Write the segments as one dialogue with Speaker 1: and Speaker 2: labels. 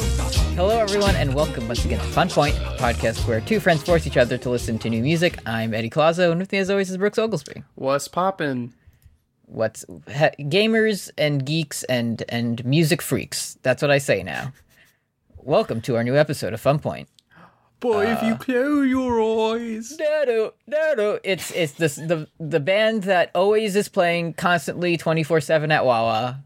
Speaker 1: Hello, everyone, and welcome once again to Fun Point, a podcast where two friends force each other to listen to new music. I'm Eddie Clazo, and with me, as always, is Brooks Oglesby.
Speaker 2: What's poppin'?
Speaker 1: What's he, gamers and geeks and and music freaks? That's what I say now. welcome to our new episode of Fun Point.
Speaker 2: Boy, if you close your eyes.
Speaker 1: No, no, no. It's it's this the the band that always is playing constantly, twenty four seven at Wawa.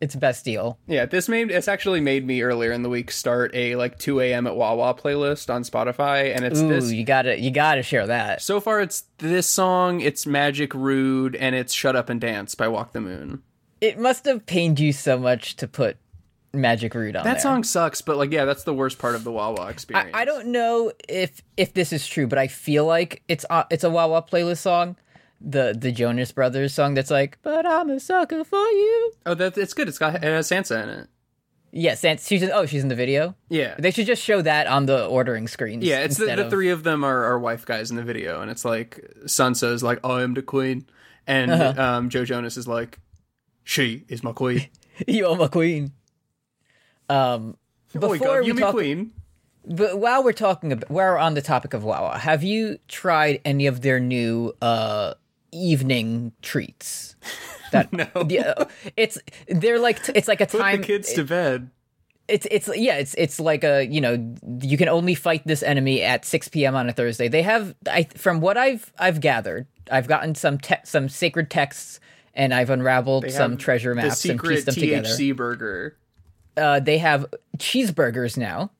Speaker 1: It's best deal.
Speaker 2: Yeah, this made it's actually made me earlier in the week start a like 2 a.m. at Wawa playlist on Spotify, and it's
Speaker 1: Ooh,
Speaker 2: this.
Speaker 1: you gotta you gotta share that.
Speaker 2: So far, it's this song, it's Magic Rude, and it's Shut Up and Dance by Walk the Moon.
Speaker 1: It must have pained you so much to put Magic Root on
Speaker 2: That
Speaker 1: there.
Speaker 2: song sucks, but like, yeah, that's the worst part of the Wawa experience.
Speaker 1: I don't know if if this is true, but I feel like it's uh, it's a Wawa playlist song, the the Jonas Brothers song that's like, "But I'm a sucker for you."
Speaker 2: Oh, that it's good. It's got it has Sansa in it.
Speaker 1: Yes, and she's in, oh she's in the video.
Speaker 2: Yeah,
Speaker 1: They should just show that on the ordering screens.
Speaker 2: yeah. It's the,
Speaker 1: instead
Speaker 2: the
Speaker 1: of-
Speaker 2: three of them are, are wife guys in the video, and it's like Sansa's like, "I am the queen," and
Speaker 1: Uh-huh.
Speaker 2: um, Joe Jonas is like, "She is my queen."
Speaker 1: you are my queen. Um,
Speaker 2: Before
Speaker 1: before we
Speaker 2: you
Speaker 1: talk,
Speaker 2: queen.
Speaker 1: but while we're talking about while we're on the topic of Wawa, have you tried any of their new uh evening treats? That no, it's they're like t- it's like a
Speaker 2: Put
Speaker 1: time
Speaker 2: the kids to bed.
Speaker 1: it's it's yeah it's it's like a you know you can only fight this enemy at 6 p.m on a thursday they have i from what i've i've gathered i've gotten some te- some sacred texts and i've unraveled some
Speaker 2: have
Speaker 1: treasure
Speaker 2: The
Speaker 1: maps and
Speaker 2: secret
Speaker 1: pieced them
Speaker 2: THC burger.
Speaker 1: together uh they have cheeseburgers now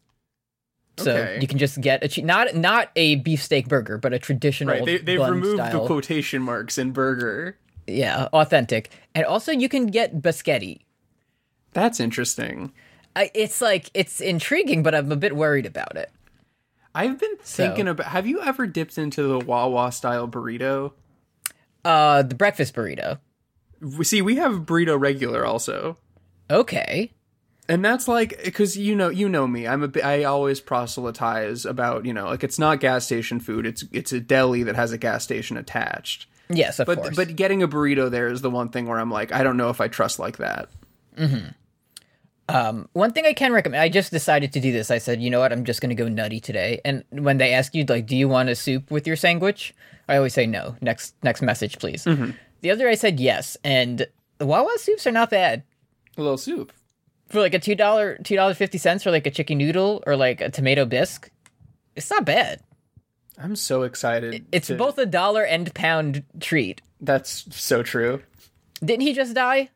Speaker 1: so
Speaker 2: Okay.
Speaker 1: you can just get a che- not not a beefsteak burger but a traditional
Speaker 2: Right. They, they've
Speaker 1: bun
Speaker 2: removed
Speaker 1: style.
Speaker 2: the quotation marks in burger.
Speaker 1: yeah authentic and also you can get biscotti
Speaker 2: That's interesting.
Speaker 1: I, it's like it's intriguing but i'm a bit worried about it
Speaker 2: I've been thinking about. Have you ever dipped into the Wawa style burrito?
Speaker 1: uh the breakfast burrito
Speaker 2: We- See, we have burrito regular also.
Speaker 1: okay
Speaker 2: And that's like because you know you know me. I'm a bi- I always proselytize about you know like it's not gas station food. It's it's a deli that has a gas station attached.
Speaker 1: Yes, of
Speaker 2: But
Speaker 1: course.
Speaker 2: but getting a burrito there is the one thing where I'm like I don't know if I trust like that.
Speaker 1: one thing I can recommend, I just decided to do this. I said, you know what, I'm just going to go nutty today. And when they ask you, like, do you want a soup with your sandwich? I always say no. Next, next message, please.
Speaker 2: Mm-hmm.
Speaker 1: The other, I said yes. And the Wawa soups are not bad
Speaker 2: A little soup.
Speaker 1: for like a two dollar, two dollar fifty cents for like a chicken noodle or like a tomato bisque. It's not bad.
Speaker 2: I'm so excited.
Speaker 1: It's
Speaker 2: to-
Speaker 1: both a dollar and pound treat.
Speaker 2: That's so true.
Speaker 1: Didn't he just die?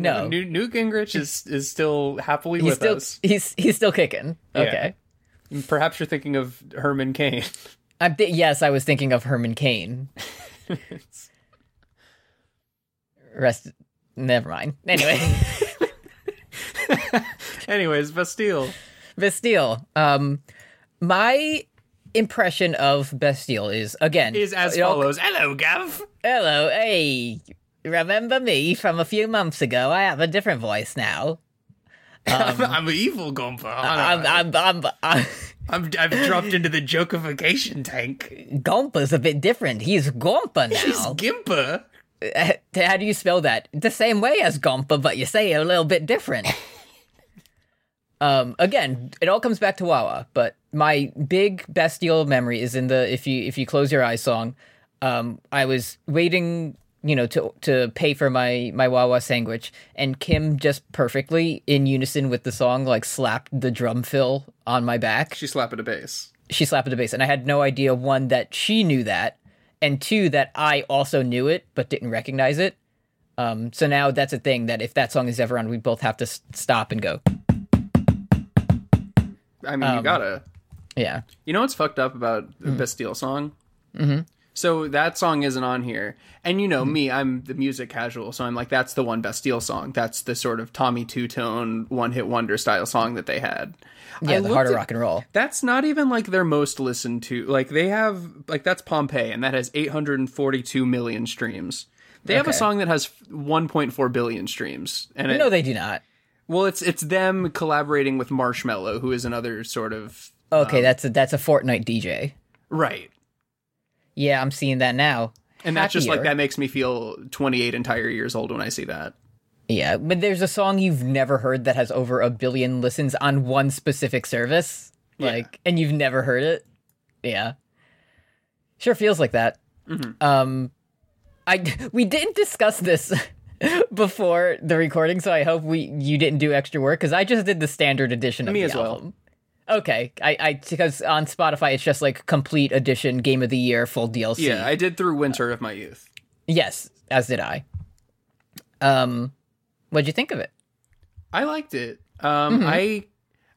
Speaker 1: No,
Speaker 2: Nu- Newt Gingrich is is still happily
Speaker 1: he's
Speaker 2: with
Speaker 1: still
Speaker 2: us.
Speaker 1: he's he's still kicking. Okay.
Speaker 2: Perhaps you're thinking of Herman Cain.
Speaker 1: I'm th- yes, I was thinking of Herman Cain. Rest. Never mind. Anyway,
Speaker 2: Anyways, Bastille.
Speaker 1: Bastille. Um, my impression of Bastille is again
Speaker 2: is as
Speaker 1: it all-
Speaker 2: follows. Hello, Gav.
Speaker 1: Hello, hey, remember me from a few months ago? I have a different voice now.
Speaker 2: I'm an evil Gompa.
Speaker 1: I'm, I'm, I'm, I'm,
Speaker 2: I'm, I've dropped into the jokification tank.
Speaker 1: Gompa's a bit different. He's Gompa now.
Speaker 2: Gimper.
Speaker 1: How do you spell that? The same way as Gompa, but you say it a little bit different. um, again, it all comes back to Wawa, but my big bestial memory is in the if you if you close your eyes song. Um, I was waiting, you know, to to pay for my my Wawa sandwich, and Kim just perfectly in unison with the song like slapped the drum fill on my back
Speaker 2: She slapped at a bass.
Speaker 1: she slapped the bass and i had no idea one that she knew that and two that i also knew it but didn't recognize it um, so now that's a thing that if that song is ever on we both have to s- stop and go
Speaker 2: I mean, you gotta.
Speaker 1: yeah
Speaker 2: You know what's fucked up about the Bastille song? Mm-hmm. So that song isn't on here. And you know me, I'm the music casual, so I'm like, that's the one Bastille song. That's the sort of Tommy Two Tone, one hit wonder style song that they had.
Speaker 1: yeah
Speaker 2: I
Speaker 1: the
Speaker 2: looked
Speaker 1: harder
Speaker 2: at-
Speaker 1: rock and roll
Speaker 2: That's not even like their most listened to. Like they have, like that's Pompeii, and that has 842 million streams. They have a
Speaker 1: Okay.
Speaker 2: song that has 1.4 billion streams, and it,
Speaker 1: no they do not
Speaker 2: well, it's it's them collaborating with Marshmello, who is another sort of
Speaker 1: okay that's a that's a fortnite dj
Speaker 2: right.
Speaker 1: yeah i'm seeing that now
Speaker 2: And that's just like
Speaker 1: Happier.
Speaker 2: that makes me feel 28 entire years old when I see that.
Speaker 1: Yeah, but there's a song you've never heard that has over a billion listens on one specific service. Like, and you've never heard it. Yeah. Sure feels like that.
Speaker 2: Mm-hmm.
Speaker 1: Um, I we didn't discuss this before the recording, so I hope we you didn't do extra work because I just did the standard edition of
Speaker 2: Me
Speaker 1: the
Speaker 2: as well.
Speaker 1: album. Okay, I I because on Spotify it's just like complete edition, game of the year, full DLC.
Speaker 2: Yeah, I did through Winter of My Youth.
Speaker 1: Yes, as did I. Um, what'd you think of it?
Speaker 2: I liked it. Um, I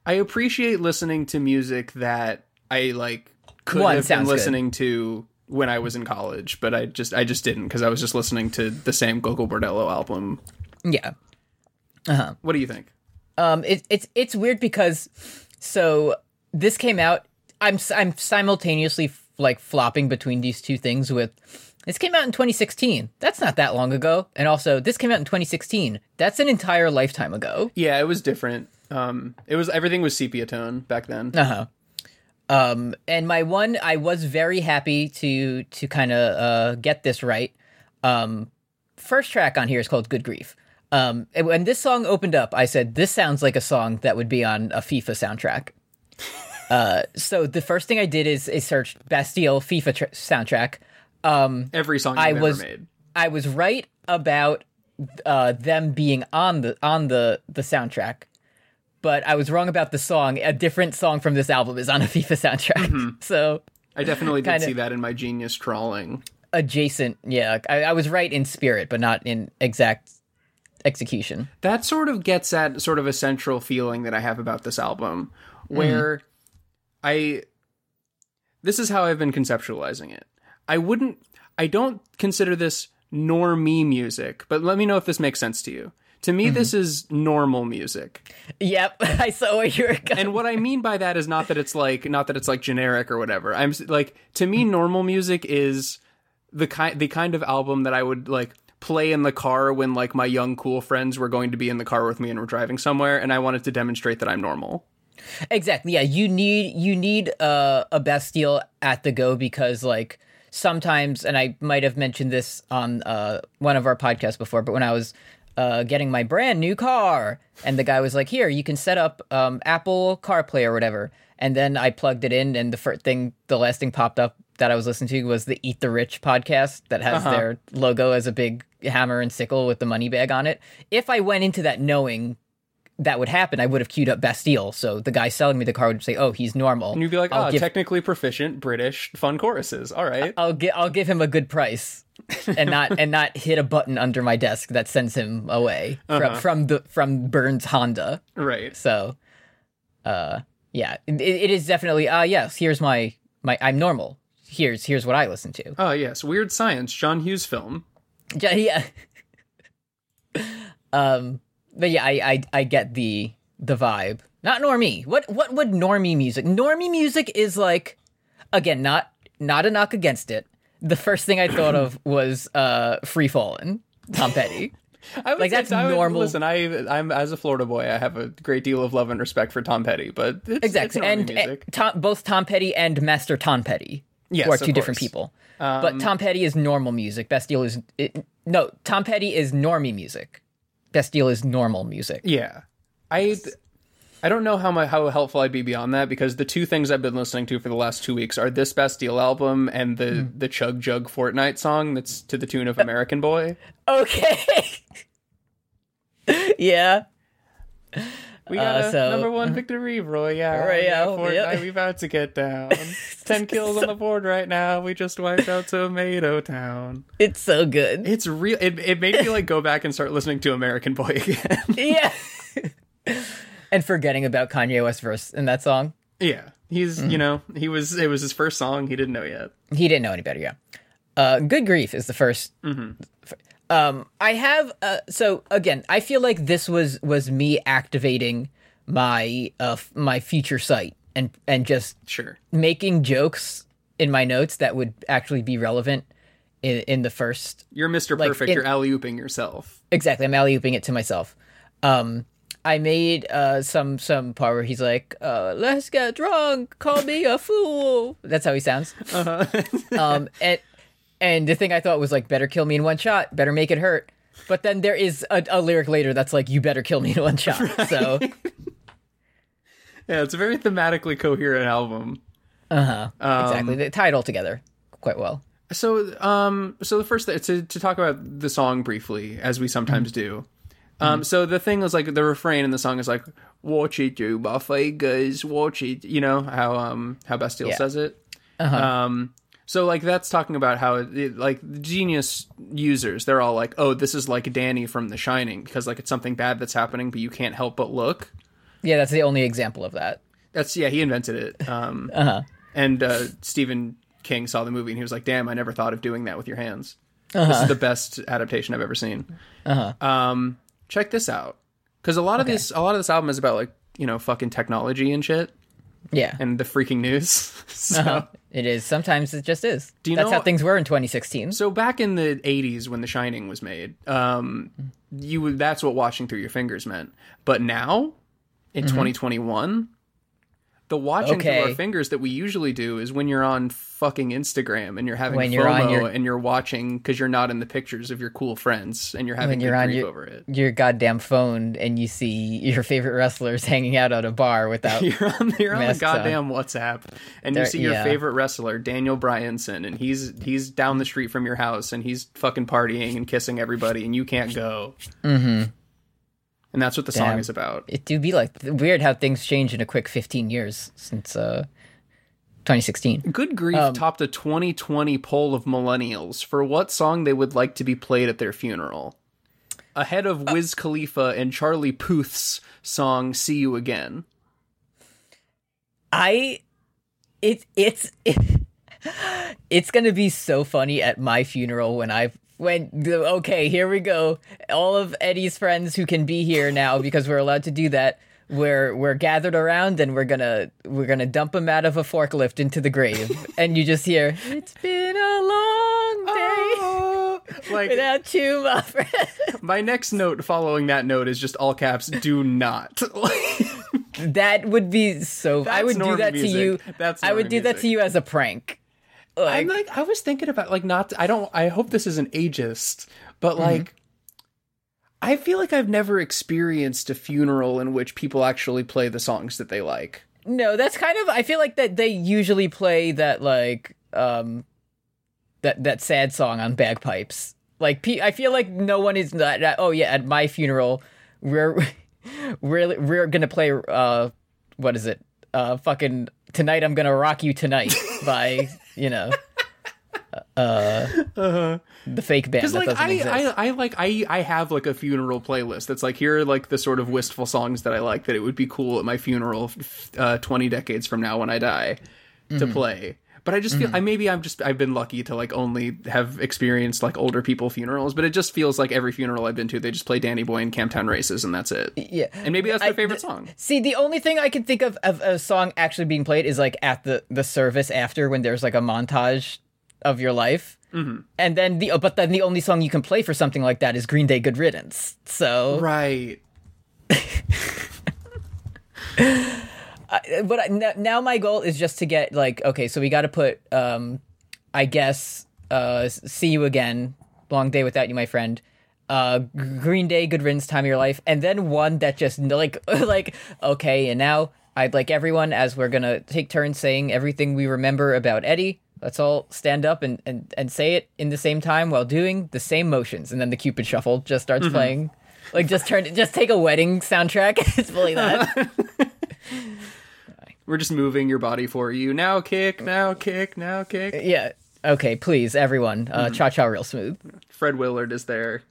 Speaker 2: I appreciate listening to music that I like could
Speaker 1: One,
Speaker 2: have been
Speaker 1: sounds good.
Speaker 2: listening to when I was in college, but I just I just didn't because I was just listening to the same Gogo Bordello album.
Speaker 1: Yeah.
Speaker 2: What do you think?
Speaker 1: Um, it, it's it's weird because so this came out. I'm s- I'm simultaneously f- like flopping between these two things. With this came out in 2016. That's not that long ago. And also this came out in 2016. That's an entire lifetime ago.
Speaker 2: Yeah, it was different. Um, it was everything was sepia tone back then.
Speaker 1: Um, and my one, I was very happy to to kind of uh, get this right. Um, first track on here is called "Good Grief." Um, and when this song opened up, I said, "This sounds like a song that would be on a FIFA soundtrack." uh, so the first thing I did is, is searched Bastille FIFA tr- soundtrack. Um,
Speaker 2: Every song
Speaker 1: I
Speaker 2: I've
Speaker 1: was-
Speaker 2: ever made.
Speaker 1: I was right about uh, them being on the on the the soundtrack, but I was wrong about the song. A different song from this album is on a FIFA soundtrack, so
Speaker 2: I definitely did
Speaker 1: kinda-
Speaker 2: see that in my genius trawling.
Speaker 1: adjacent. Yeah, I, I was right in spirit, but not in exact execution.
Speaker 2: that sort of gets at sort of a central feeling that I have about this album, where I this is how I've been conceptualizing it. I wouldn't I don't consider this normie music, but let me know if this makes sense to you. To me, this is normal music.
Speaker 1: Yep, I saw where you were going.
Speaker 2: And what I mean by that is not that it's like not that it's like generic or whatever. I'm s- like to me normal music is the kind the kind of album that I would like play in the car when like my young cool friends were going to be in the car with me and we're driving somewhere and I wanted to demonstrate that I'm normal.
Speaker 1: Exactly. Yeah, you need you need uh, a Bastille at the go because like sometimes, and I might have mentioned this on uh, one of our podcasts before, but when I was uh, getting my brand new car, and the guy was like, "Here, you can set up um, Apple CarPlay or whatever," and then I plugged it in, and the first thing, the last thing popped up that I was listening to was the Eat the Rich podcast that has their logo as a big hammer and sickle with the money bag on it. If I went into that knowing that would happen, I would have queued up Bastille. So the guy selling me the car would say, "Oh, he's normal."
Speaker 2: And you'd be like,
Speaker 1: I'll
Speaker 2: "Ah,
Speaker 1: give,
Speaker 2: technically proficient, British, fun choruses. All right."
Speaker 1: I'll gi- I'll give him a good price, and not and not hit a button under my desk that sends him away
Speaker 2: Uh-huh.
Speaker 1: from from the from Burns Honda."
Speaker 2: right.
Speaker 1: So, uh, yeah, it, it is definitely. Ah, yes, here's my my. I'm normal. Here's here's what I listen to.
Speaker 2: Oh, yes, Weird Science, John Hughes film.
Speaker 1: Yeah, yeah. um, but yeah, I, I I get the the vibe. Not normie. What what would normie music? Normie music is like, again, not not a knock against it. The first thing I thought of was uh, Free Fallen, Tom Petty.
Speaker 2: I would
Speaker 1: Like,
Speaker 2: say-
Speaker 1: that's
Speaker 2: I would-
Speaker 1: normal.
Speaker 2: Listen, I I'm as a Florida boy, I have a great deal of love and respect for Tom Petty, but it's,
Speaker 1: exactly,
Speaker 2: it's normie
Speaker 1: and, eh,
Speaker 2: music.
Speaker 1: and Tom, both Tom Petty and Master Tom Petty
Speaker 2: Yes,
Speaker 1: who are
Speaker 2: of
Speaker 1: two different
Speaker 2: course. Um,
Speaker 1: people. but Tom Petty is normal music. Bastille is it, no. Tom Petty is normie music. Bastille is normal music.
Speaker 2: Yeah, I I don't know how my, how helpful I'd be beyond that because the two things I've been listening to for the last two weeks are this Bastille album and the
Speaker 1: Hmm.
Speaker 2: the Chug Jug Fortnite song that's to the
Speaker 1: Uh,
Speaker 2: tune of American Boy.
Speaker 1: Okay. yeah.
Speaker 2: We got
Speaker 1: Uh,
Speaker 2: a
Speaker 1: so-
Speaker 2: number one victory royale.
Speaker 1: Royale,
Speaker 2: Fortnite,
Speaker 1: yep.
Speaker 2: we about to get down. Ten kills on the board right now. We just wiped out Tomato Town.
Speaker 1: It's so good.
Speaker 2: It's real. It, it made me like go back and start listening to American Boy again.
Speaker 1: Yeah. and forgetting about Kanye West verse in that song.
Speaker 2: yeah, he's
Speaker 1: Mm.
Speaker 2: you know he was it was his first song. He didn't know yet.
Speaker 1: He didn't know any better, yeah. Uh, Good Grief is the 1st Um, I have uh, so again. I feel like this was was me activating my uh, f- my future site and and just
Speaker 2: Sure.
Speaker 1: making jokes in my notes that would actually be relevant in, in the first
Speaker 2: You're Mr. Perfect.
Speaker 1: in-
Speaker 2: You're alley ooping yourself.
Speaker 1: Exactly, I'm alley ooping it to myself. Um, I made uh, some some part where he's like, uh, "Let's get drunk, call me a fool." That's how he sounds.
Speaker 2: Uh-huh.
Speaker 1: um, and and the thing I thought was like, "Better kill me in one shot. Better make it hurt." But then there is a, a lyric later that's like, "You better kill me in one shot." So
Speaker 2: Yeah, it's a very thematically coherent album. Um,
Speaker 1: exactly, they tie it all together quite well.
Speaker 2: So, um, so the first thing to, to talk about the song briefly, as we sometimes do. Um, so the thing is like the refrain in the song is like "Watch it, you my fingers, watch it." You know how um how Bastille
Speaker 1: Yeah.
Speaker 2: says it. Um, so like that's talking about how it, it- like the genius users, they're all like, "Oh, this is like Danny from The Shining," because like it's something bad that's happening, but you can't help but look.
Speaker 1: Yeah, that's the only example of that.
Speaker 2: That's yeah, he invented it. Um, And uh, Stephen King saw the movie and he was like, "Damn, I never thought of doing that with your hands. This is the best adaptation I've ever seen." Um, check this out, because a lot of this, a lot of this album is about like you know fucking technology and shit
Speaker 1: Yeah,
Speaker 2: and the freaking news. so,
Speaker 1: it is. Sometimes it just is.
Speaker 2: you
Speaker 1: that's
Speaker 2: know-
Speaker 1: how things were in 2016.
Speaker 2: so back in the '80s when The Shining was made, um, you would- that's what watching through your fingers meant. But now, in 2021. The watching through
Speaker 1: Mm-hmm. Okay.
Speaker 2: our fingers that we usually do is when you're on fucking Instagram and you're having
Speaker 1: When
Speaker 2: FOMO
Speaker 1: you're on your-
Speaker 2: and you're watching because you're not in the pictures of your cool friends and you're having
Speaker 1: when
Speaker 2: good
Speaker 1: you're on
Speaker 2: grief
Speaker 1: your,
Speaker 2: over it.
Speaker 1: your goddamn phone and you see your favorite wrestlers hanging out at a bar without
Speaker 2: You're on you're on the
Speaker 1: Masks on.
Speaker 2: goddamn WhatsApp and you
Speaker 1: There-
Speaker 2: see your
Speaker 1: yeah.
Speaker 2: favorite wrestler Daniel Bryanson and he's he's down the street from your house and he's fucking partying and kissing everybody and you can't go. Mm-hmm. And that's what the song
Speaker 1: Damn.
Speaker 2: is about.
Speaker 1: it do be like weird how things change in a quick 15 years since uh 2016
Speaker 2: Good Grief
Speaker 1: Um,
Speaker 2: topped a 2020 poll of millennials for what song they would like to be played at their funeral, ahead of
Speaker 1: Uh.
Speaker 2: Wiz Khalifa and Charlie Puth's song "See You Again."
Speaker 1: i it it's it's gonna be so funny at my funeral when i when the- okay here we go all of eddie's friends who can be here now because we're allowed to do that we're we're gathered around and we're gonna we're gonna dump him out of a forklift into the grave and you just hear it's been a long day
Speaker 2: Ah." like
Speaker 1: without you my friend
Speaker 2: my next note following that note is just all caps. Do not.
Speaker 1: That would be so. I
Speaker 2: That's
Speaker 1: would do
Speaker 2: Norm
Speaker 1: that
Speaker 2: music.
Speaker 1: to you.
Speaker 2: That's
Speaker 1: I would
Speaker 2: Norm
Speaker 1: do that
Speaker 2: music.
Speaker 1: to you as a prank.
Speaker 2: I'm like, I was thinking about like not. I don't. I hope this isn't ageist, but
Speaker 1: Mm-hmm.
Speaker 2: like, I feel like I've never experienced a funeral in which people actually play the songs that they like.
Speaker 1: No, that's kind of. I feel like that they usually play that like um that that sad song on bagpipes. Like pe- I feel like no one is not. that- oh yeah, at my funeral, we're we're we're gonna play. uh What is it? Uh, fucking tonight. I'm gonna rock you tonight by you know. Uh, the fake band that
Speaker 2: Because Uh-huh. like
Speaker 1: doesn't
Speaker 2: I,
Speaker 1: exist.
Speaker 2: I, I like I, I have like a funeral playlist that's like here are like the sort of wistful songs that I like that it would be cool at my funeral, f- uh, twenty decades from now when I die, to
Speaker 1: Mm-hmm.
Speaker 2: play. But I just feel I maybe I'm just I've been lucky to like only have experienced like older people funerals, but it just feels like every funeral I've been to they just play Danny Boy and Camptown Races and that's it.
Speaker 1: yeah,
Speaker 2: And maybe that's my
Speaker 1: I-
Speaker 2: favorite
Speaker 1: th-
Speaker 2: song.
Speaker 1: See, the only thing I can think of of a song actually being played is like at the the service after when there's like a montage of your life, mm-hmm. and then the oh, but then the only song you can play for something like that is Green Day "Good Riddance." So,
Speaker 2: Right.
Speaker 1: but I, n- now my goal is just to get like okay, so we got to put um, I guess uh, "See You Again," "Long Day Without You," my friend. Uh, G- Green Day, Good Riddance, Time of Your Life, and then one that just like like okay, and now I'd like everyone as we're gonna take turns saying everything we remember about Eddie. Let's all stand up and and and say it in the same time while doing the same motions, and then the Cupid Shuffle just starts playing. Like just turn, just take a wedding soundtrack. it's fully that.
Speaker 2: We're just moving your body for you. Now kick, now kick, now kick.
Speaker 1: Yeah. Okay, please, everyone. Uh, Cha cha real smooth.
Speaker 2: Fred Willard is there.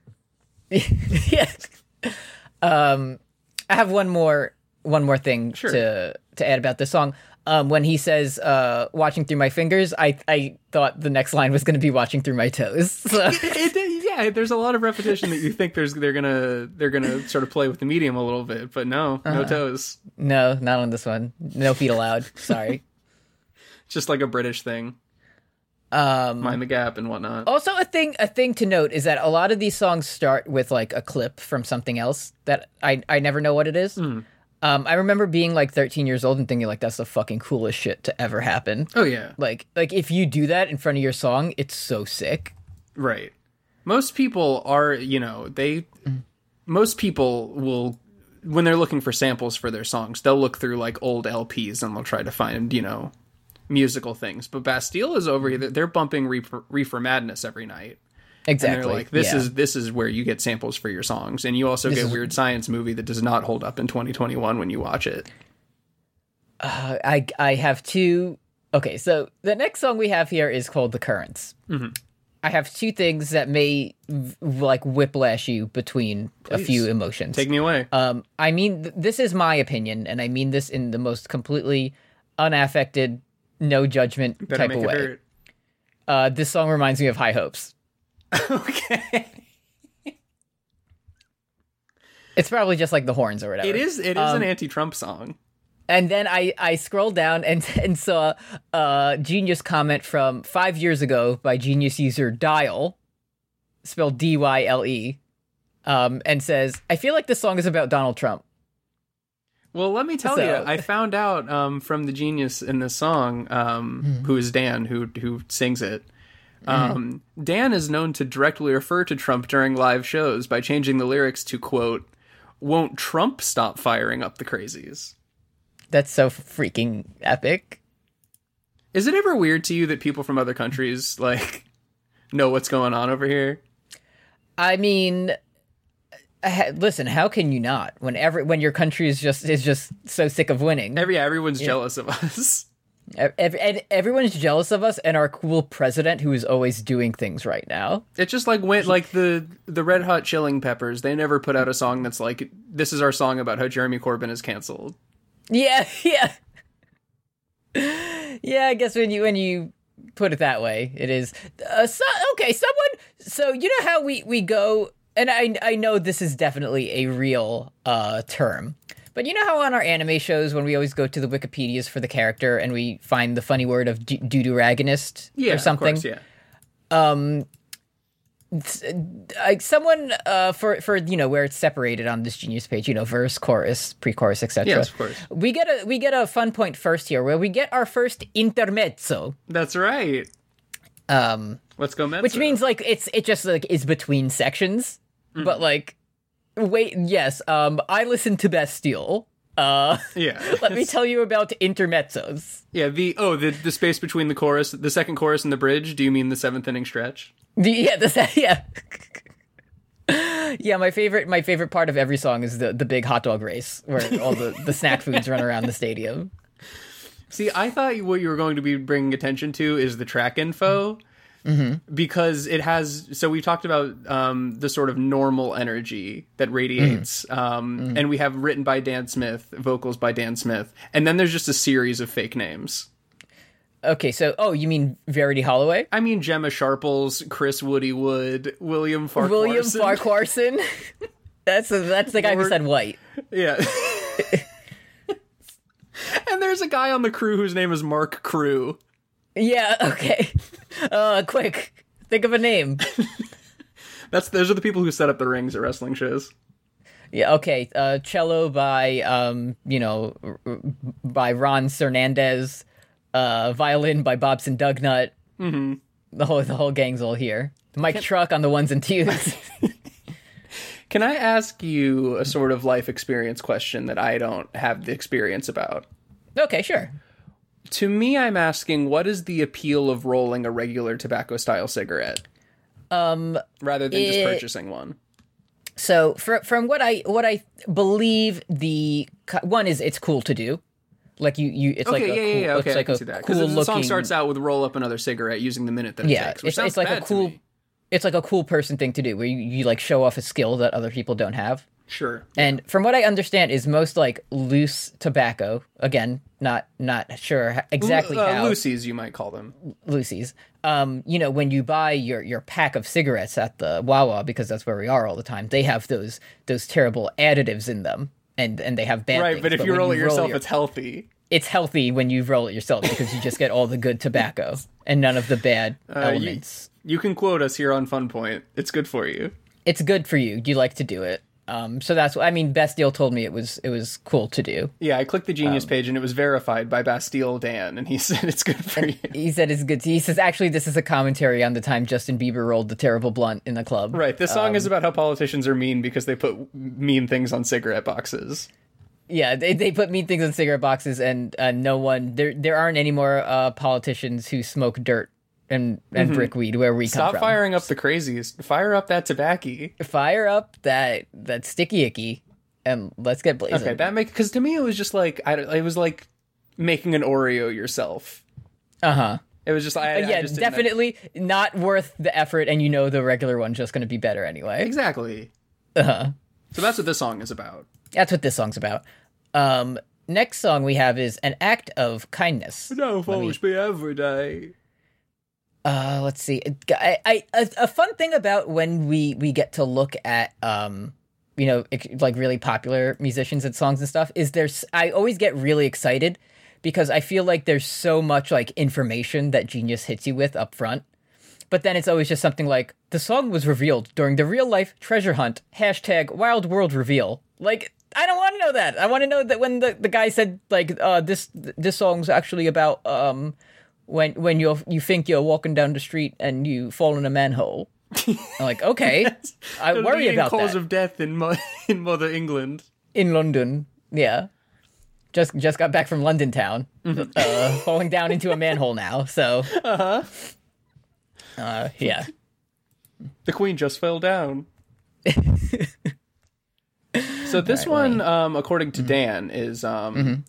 Speaker 1: yes. Um, I have one more one more thing to to add about this song. Um, when he says uh, "watching through my fingers," I I thought the next line was going to be "watching through my toes." So,
Speaker 2: it, it- yeah, there's a lot of repetition that you think there's they're gonna they're gonna sort of play with the medium a little bit, but no, no toes.
Speaker 1: no, not on this one. No feet allowed. Sorry.
Speaker 2: It's Just like a British thing,
Speaker 1: Um,
Speaker 2: mind the gap and whatnot.
Speaker 1: also, a thing a thing to note is that a lot of these songs start with like a clip from something else that I I never know what it is. Um, I remember being like 13 years old and thinking like that's the fucking coolest shit to ever happen.
Speaker 2: Oh yeah,
Speaker 1: Like like if you do that in front of your song, it's so sick.
Speaker 2: right. most people are you know they most people will when they're looking for samples for their songs they'll look through like old lps and they'll try to find you know musical things but bastille is over here they're bumping reefer, reefer madness every night and
Speaker 1: Exactly.
Speaker 2: they're like this
Speaker 1: yeah.
Speaker 2: is this is where you get samples for your songs and you also get
Speaker 1: is-
Speaker 2: weird science movie that does not hold up in 2021 when you watch it
Speaker 1: Uh, I I have two. Okay, so the next song we have here is called "The Currents."
Speaker 2: Mm-hmm.
Speaker 1: I have two things that may v- like whiplash you between a few emotions.
Speaker 2: take me away
Speaker 1: um, I mean, th- this is my opinion, and I mean this in the most completely unaffected, no judgment
Speaker 2: better
Speaker 1: type
Speaker 2: make
Speaker 1: of
Speaker 2: it
Speaker 1: way.
Speaker 2: hurt
Speaker 1: Uh, this song reminds me of High Hopes.
Speaker 2: okay
Speaker 1: It's probably just like the horns or whatever.
Speaker 2: it is it is
Speaker 1: Um,
Speaker 2: an anti-trump song
Speaker 1: And then I, I scrolled down and, and saw a genius comment from five years ago by genius user Dial, spelled D Y L E, um, and says, I feel like this song is about Donald Trump.
Speaker 2: Well, let me tell
Speaker 1: So-
Speaker 2: you, I found out um, from the genius in this song, um,
Speaker 1: Hmm.
Speaker 2: who is Dan, who who sings it. Um, Dan is known to directly refer to Trump during live shows by changing the lyrics to quote, "Won't Trump stop firing up the crazies?"
Speaker 1: That's so freaking epic.
Speaker 2: Is it ever weird to you that people from other countries like know what's going on over here?
Speaker 1: I mean, I ha- listen, how can you not when every when your country is just is just so sick of winning?
Speaker 2: Every yeah, everyone's jealous of us.
Speaker 1: Ev- ev- and everyone's jealous of us and our cool president who is always doing things right now.
Speaker 2: It's just like when like the the Red Hot Chilling Peppers. They never put out a song that's like this is our song about how Jeremy Corbyn is canceled.
Speaker 1: Yeah, yeah. yeah, I guess when you when you put it that way, it is uh, so, okay, someone so you know how we we go and I I know this is definitely a real uh term. But you know how on our anime shows when we always go to the Wikipedias for the character and we find the funny word of deuteragonist
Speaker 2: Yeah,
Speaker 1: or something?
Speaker 2: Of course, yeah.
Speaker 1: like someone uh, for for you know where it's separated on this genius page, you know, verse, chorus, pre-chorus, etc.
Speaker 2: Yes, of course.
Speaker 1: We get a we get a fun point first here, where we get our first intermezzo,
Speaker 2: That's right.
Speaker 1: um,
Speaker 2: Let's go Mets.
Speaker 1: which means like it's it just like is between sections, but like wait, yes, um, I listen to Bastille. Uh,
Speaker 2: yeah.
Speaker 1: let me tell you about intermezzos.
Speaker 2: yeah, the oh, the the space between the chorus, the second chorus and the bridge, do you mean the seventh inning stretch?
Speaker 1: The, yeah, the, yeah. Yeah, my favorite my favorite part of every song is the, the big hot dog race where all the, the snack foods run around the stadium.
Speaker 2: See, I thought what you were going to be bringing attention to is the track info. Because it has, so we talked about um, the sort of normal energy that radiates, Um, and we have written by Dan Smith, vocals by Dan Smith, and then there's just a series of fake names.
Speaker 1: Okay, so oh, you mean Verity Holloway?
Speaker 2: I mean, Gemma Sharples, Chris Woody Wood, William Farquharson.
Speaker 1: William Farquharson? that's the that's the guy who
Speaker 2: Lord.
Speaker 1: said white.
Speaker 2: Yeah. and there's a guy on the crew whose name is Mark Crew.
Speaker 1: Yeah, okay. Uh quick. Think of a name.
Speaker 2: That's those are the people who set up the rings at wrestling shows.
Speaker 1: Yeah, okay. Uh cello by um, you know, r- r- by Ron Cernandez, uh violin by Bobson Dugnut. Mhm. The whole the whole gang's all here. Mike Truck on the ones and twos.
Speaker 2: Can I ask you a sort of life experience question that I don't have the experience about?
Speaker 1: okay, sure.
Speaker 2: To me, I'm asking what is the appeal of rolling a regular tobacco style cigarette? Um rather than just
Speaker 1: it-
Speaker 2: purchasing one.
Speaker 1: So fr- from what I what I believe the co- one is it's cool to do. Like you you it's like
Speaker 2: Okay,
Speaker 1: a
Speaker 2: yeah,
Speaker 1: cool,
Speaker 2: yeah, yeah. Okay,
Speaker 1: it's like
Speaker 2: I can
Speaker 1: a
Speaker 2: see that.
Speaker 1: cool
Speaker 2: Because
Speaker 1: looking
Speaker 2: the song starts out with roll up another cigarette using the minute that it
Speaker 1: Yeah,
Speaker 2: takes, which
Speaker 1: it's-
Speaker 2: sounds
Speaker 1: it's like a
Speaker 2: bad to
Speaker 1: cool-
Speaker 2: me.
Speaker 1: it's like a cool person thing to do where you, you like show off a skill that other people don't have.
Speaker 2: Sure.
Speaker 1: And from what I understand is most like loose tobacco, again, not not sure h- exactly
Speaker 2: uh,
Speaker 1: how
Speaker 2: Lucy's you might call them.
Speaker 1: Lucy's. Um, you know, when you buy your your pack of cigarettes at the Wawa because that's where we are all the time, they have those those terrible additives in them. And, and they have bad
Speaker 2: Right,
Speaker 1: things,
Speaker 2: but if you
Speaker 1: when
Speaker 2: roll it yourself,
Speaker 1: your-
Speaker 2: it's healthy.
Speaker 1: it's healthy when you roll it yourself because you just get all the good tobacco and none of the bad
Speaker 2: Uh, you-
Speaker 1: elements.
Speaker 2: You can quote us here on Fun Point. It's good for you.
Speaker 1: It's good for you. You like to do it. Um, so that's what I mean. Bastille told me it was it was cool to do.
Speaker 2: Yeah, I clicked the
Speaker 1: Um,
Speaker 2: Genius page and it was verified by Bastille Dan, and he said it's good for you.
Speaker 1: He said it's good. To, he says actually this is a commentary on the time Justin Bieber rolled the terrible blunt in the club.
Speaker 2: Right. This song
Speaker 1: um,
Speaker 2: is about how politicians are mean because they put mean things on cigarette boxes.
Speaker 1: Yeah, they, they put mean things in cigarette boxes, and uh, no one there there aren't any more uh, politicians who smoke dirt and and brickweed where we
Speaker 2: Mm-hmm. Stop
Speaker 1: come from.
Speaker 2: firing up the crazies. Fire up that tobacco.
Speaker 1: Fire up that that sticky icky, and let's get blazing.
Speaker 2: Okay, that makes because to me it was just like I don't- it was like making an Oreo yourself.
Speaker 1: Uh huh.
Speaker 2: It was just I, I
Speaker 1: Yeah,
Speaker 2: just didn't-
Speaker 1: definitely not worth the effort, and you know the regular one's just going to be better anyway.
Speaker 2: exactly.
Speaker 1: Uh-huh.
Speaker 2: So that's what this song is about.
Speaker 1: That's what this song's about. Um, next song we have is an act of kindness.
Speaker 2: No, folks, me every day.
Speaker 1: Uh, let's see. I, I, a, a fun thing about when we we get to look at um, you know, ex- like really popular musicians and songs and stuff is there's I always get really excited because I feel like there's so much like information that Genius hits you with up front. But then it's always just something like the song was revealed during the real life treasure hunt hashtag Wild World Reveal. Like I don't want to know that. I want to know that when the, the guy said like uh, this this song's actually about um when when you you think you're walking down the street and you fall in a manhole. I'm like okay, I
Speaker 2: The
Speaker 1: worry
Speaker 2: leading
Speaker 1: about
Speaker 2: cause
Speaker 1: that
Speaker 2: of death in mo- in Mother England.
Speaker 1: in London. Yeah, just just got back from London town, uh, falling down into a manhole now. So, uh-huh. yeah,
Speaker 2: The Queen just fell down. so this one, um, according to
Speaker 1: Mm-hmm.
Speaker 2: Dan, is um,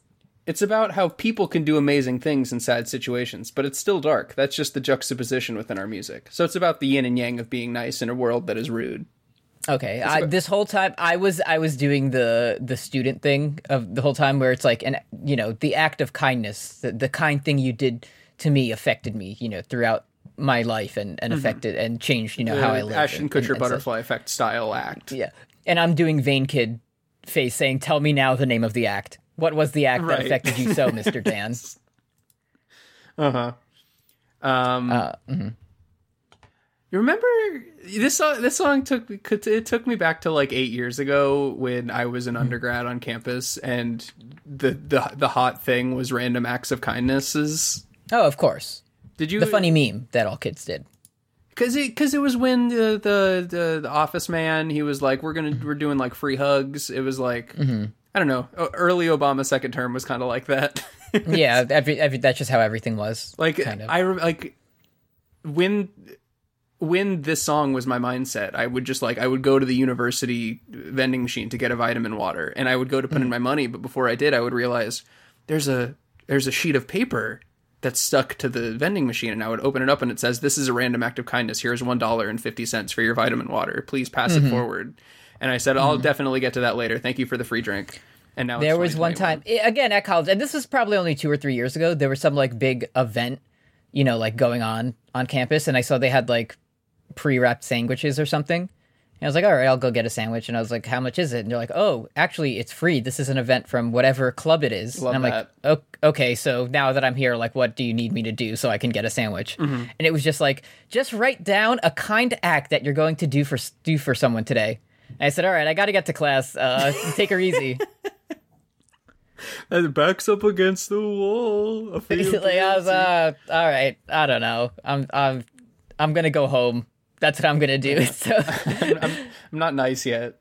Speaker 2: it's about how people can do amazing things in sad situations, but it's still dark. That's just the juxtaposition within our music. So it's about the yin and yang of being nice in a world that is rude.
Speaker 1: okay. I, this whole time I was I was doing the the student thing of the whole time where it's like an you know the act of kindness, the, the kind thing you did to me affected me, you know, throughout my life and and affected and changed you know how I
Speaker 2: Uh,
Speaker 1: live.
Speaker 2: Ashton
Speaker 1: and-
Speaker 2: Kutcher
Speaker 1: and- and such.
Speaker 2: butterfly effect style act.
Speaker 1: Yeah. And I'm doing Vain Kid face saying, Tell me now the name of the act. What was the act
Speaker 2: Right.
Speaker 1: that affected you so, Mr. Dan?
Speaker 2: Um,
Speaker 1: Uh, mm-hmm.
Speaker 2: You remember this song? This song took it took me back to like eight years ago when I was
Speaker 1: Mm-hmm.
Speaker 2: an undergrad on campus, and the the the hot thing was random acts of kindnesses.
Speaker 1: Oh, of course.
Speaker 2: Did you
Speaker 1: The funny meme that all kids did.
Speaker 2: Because it because it was when the, the the the office man he was like we're gonna we're doing like free hugs. It was like
Speaker 1: Mm-hmm.
Speaker 2: I don't know o- early Obama second term was kind of like that.
Speaker 1: Yeah, every, every, that's just how everything was.
Speaker 2: like
Speaker 1: kind of.
Speaker 2: I re- like when when this song was my mindset I would just like I would go to the university vending machine to get a vitamin water and I would go to
Speaker 1: Mm.
Speaker 2: put in my money but before I did I would realize there's a there's a sheet of paper that's stuck to the vending machine and I would open it up and it says this is a random act of kindness here's $1.50 for your vitamin water please pass
Speaker 1: Mm-hmm.
Speaker 2: it forward and I said I'll definitely get to that later thank you for the free drink and now
Speaker 1: there was
Speaker 2: it's
Speaker 1: one
Speaker 2: 2021.
Speaker 1: time, i- again, at college, and this was probably only two or three years ago, there was some like big event, you know, like going on on campus. And I saw they had like pre wrapped sandwiches or something. And I was like, all right, I'll go get a sandwich. And I was like, how much is it? And they're like, oh, actually, it's free. This is an event from whatever club it is.
Speaker 2: Love
Speaker 1: and I'm like, "O- okay, so now that I'm here, like, what do you need me to do so I can get a sandwich?
Speaker 2: Mm-hmm.
Speaker 1: And it was just like, just write down a kind act that you're going to do for do for someone today. And I said, all right, I got to get to class. Uh, take her easy.
Speaker 2: and it backs up against the wall I feel
Speaker 1: like I was uh, all right. I don't know. I'm I'm I'm gonna go home. That's what I'm gonna do. So
Speaker 2: I'm not nice yet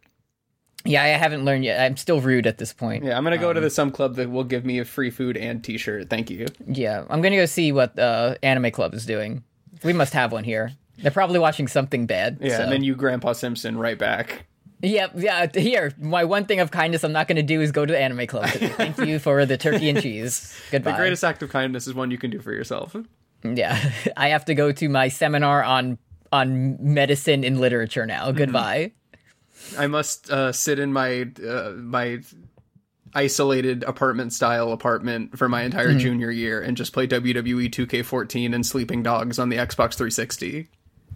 Speaker 1: yeah, I haven't learned yet. I'm still rude at this point.
Speaker 2: Yeah, I'm gonna go to the some club that will give me a free food and T-shirt. Thank you.
Speaker 1: Yeah, I'm gonna go see what uh, Anime Club is doing. We must have one here. They're probably watching something bad.
Speaker 2: Yeah,
Speaker 1: so.
Speaker 2: and then you Grandpa Simpson right back.
Speaker 1: yeah, yeah. Here, my one thing of kindness I'm not gonna do is go to the Anime Club. today. Thank you for the turkey and cheese. Goodbye.
Speaker 2: The greatest act of kindness is one you can do for yourself.
Speaker 1: Yeah, I have to go to my seminar on on medicine and literature now.
Speaker 2: Mm-hmm.
Speaker 1: Goodbye.
Speaker 2: I must uh, sit in my uh, my isolated apartment style apartment for my entire junior year and just play E WWE 2K14 and Sleeping Dogs on the Xbox 360.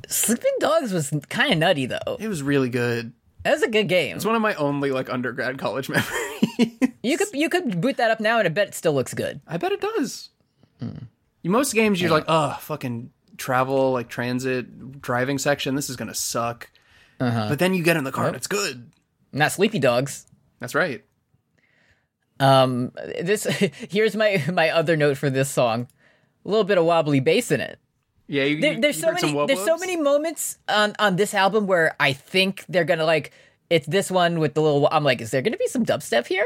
Speaker 1: Sleeping Dogs was kind of nutty though.
Speaker 2: It was really good.
Speaker 1: That was a good game.
Speaker 2: It's one of my only like undergrad college memories.
Speaker 1: You could you could boot that up now, and I bet it still looks good.
Speaker 2: I bet it does. Most games you're like, oh, fucking travel, like transit, driving section. This is gonna suck. But then you get in the car and it's good.
Speaker 1: not Sleepy Dogs.
Speaker 2: That's right.
Speaker 1: Um, this here's my my other note for this song. A little bit of wobbly bass in it.
Speaker 2: Yeah, you,
Speaker 1: There-
Speaker 2: you-
Speaker 1: there's
Speaker 2: you
Speaker 1: so
Speaker 2: heard some
Speaker 1: many
Speaker 2: wub
Speaker 1: there's so
Speaker 2: wubs?
Speaker 1: many moments on on this album where I think they're gonna like it's this one with the little I'm like is there gonna be some dubstep here?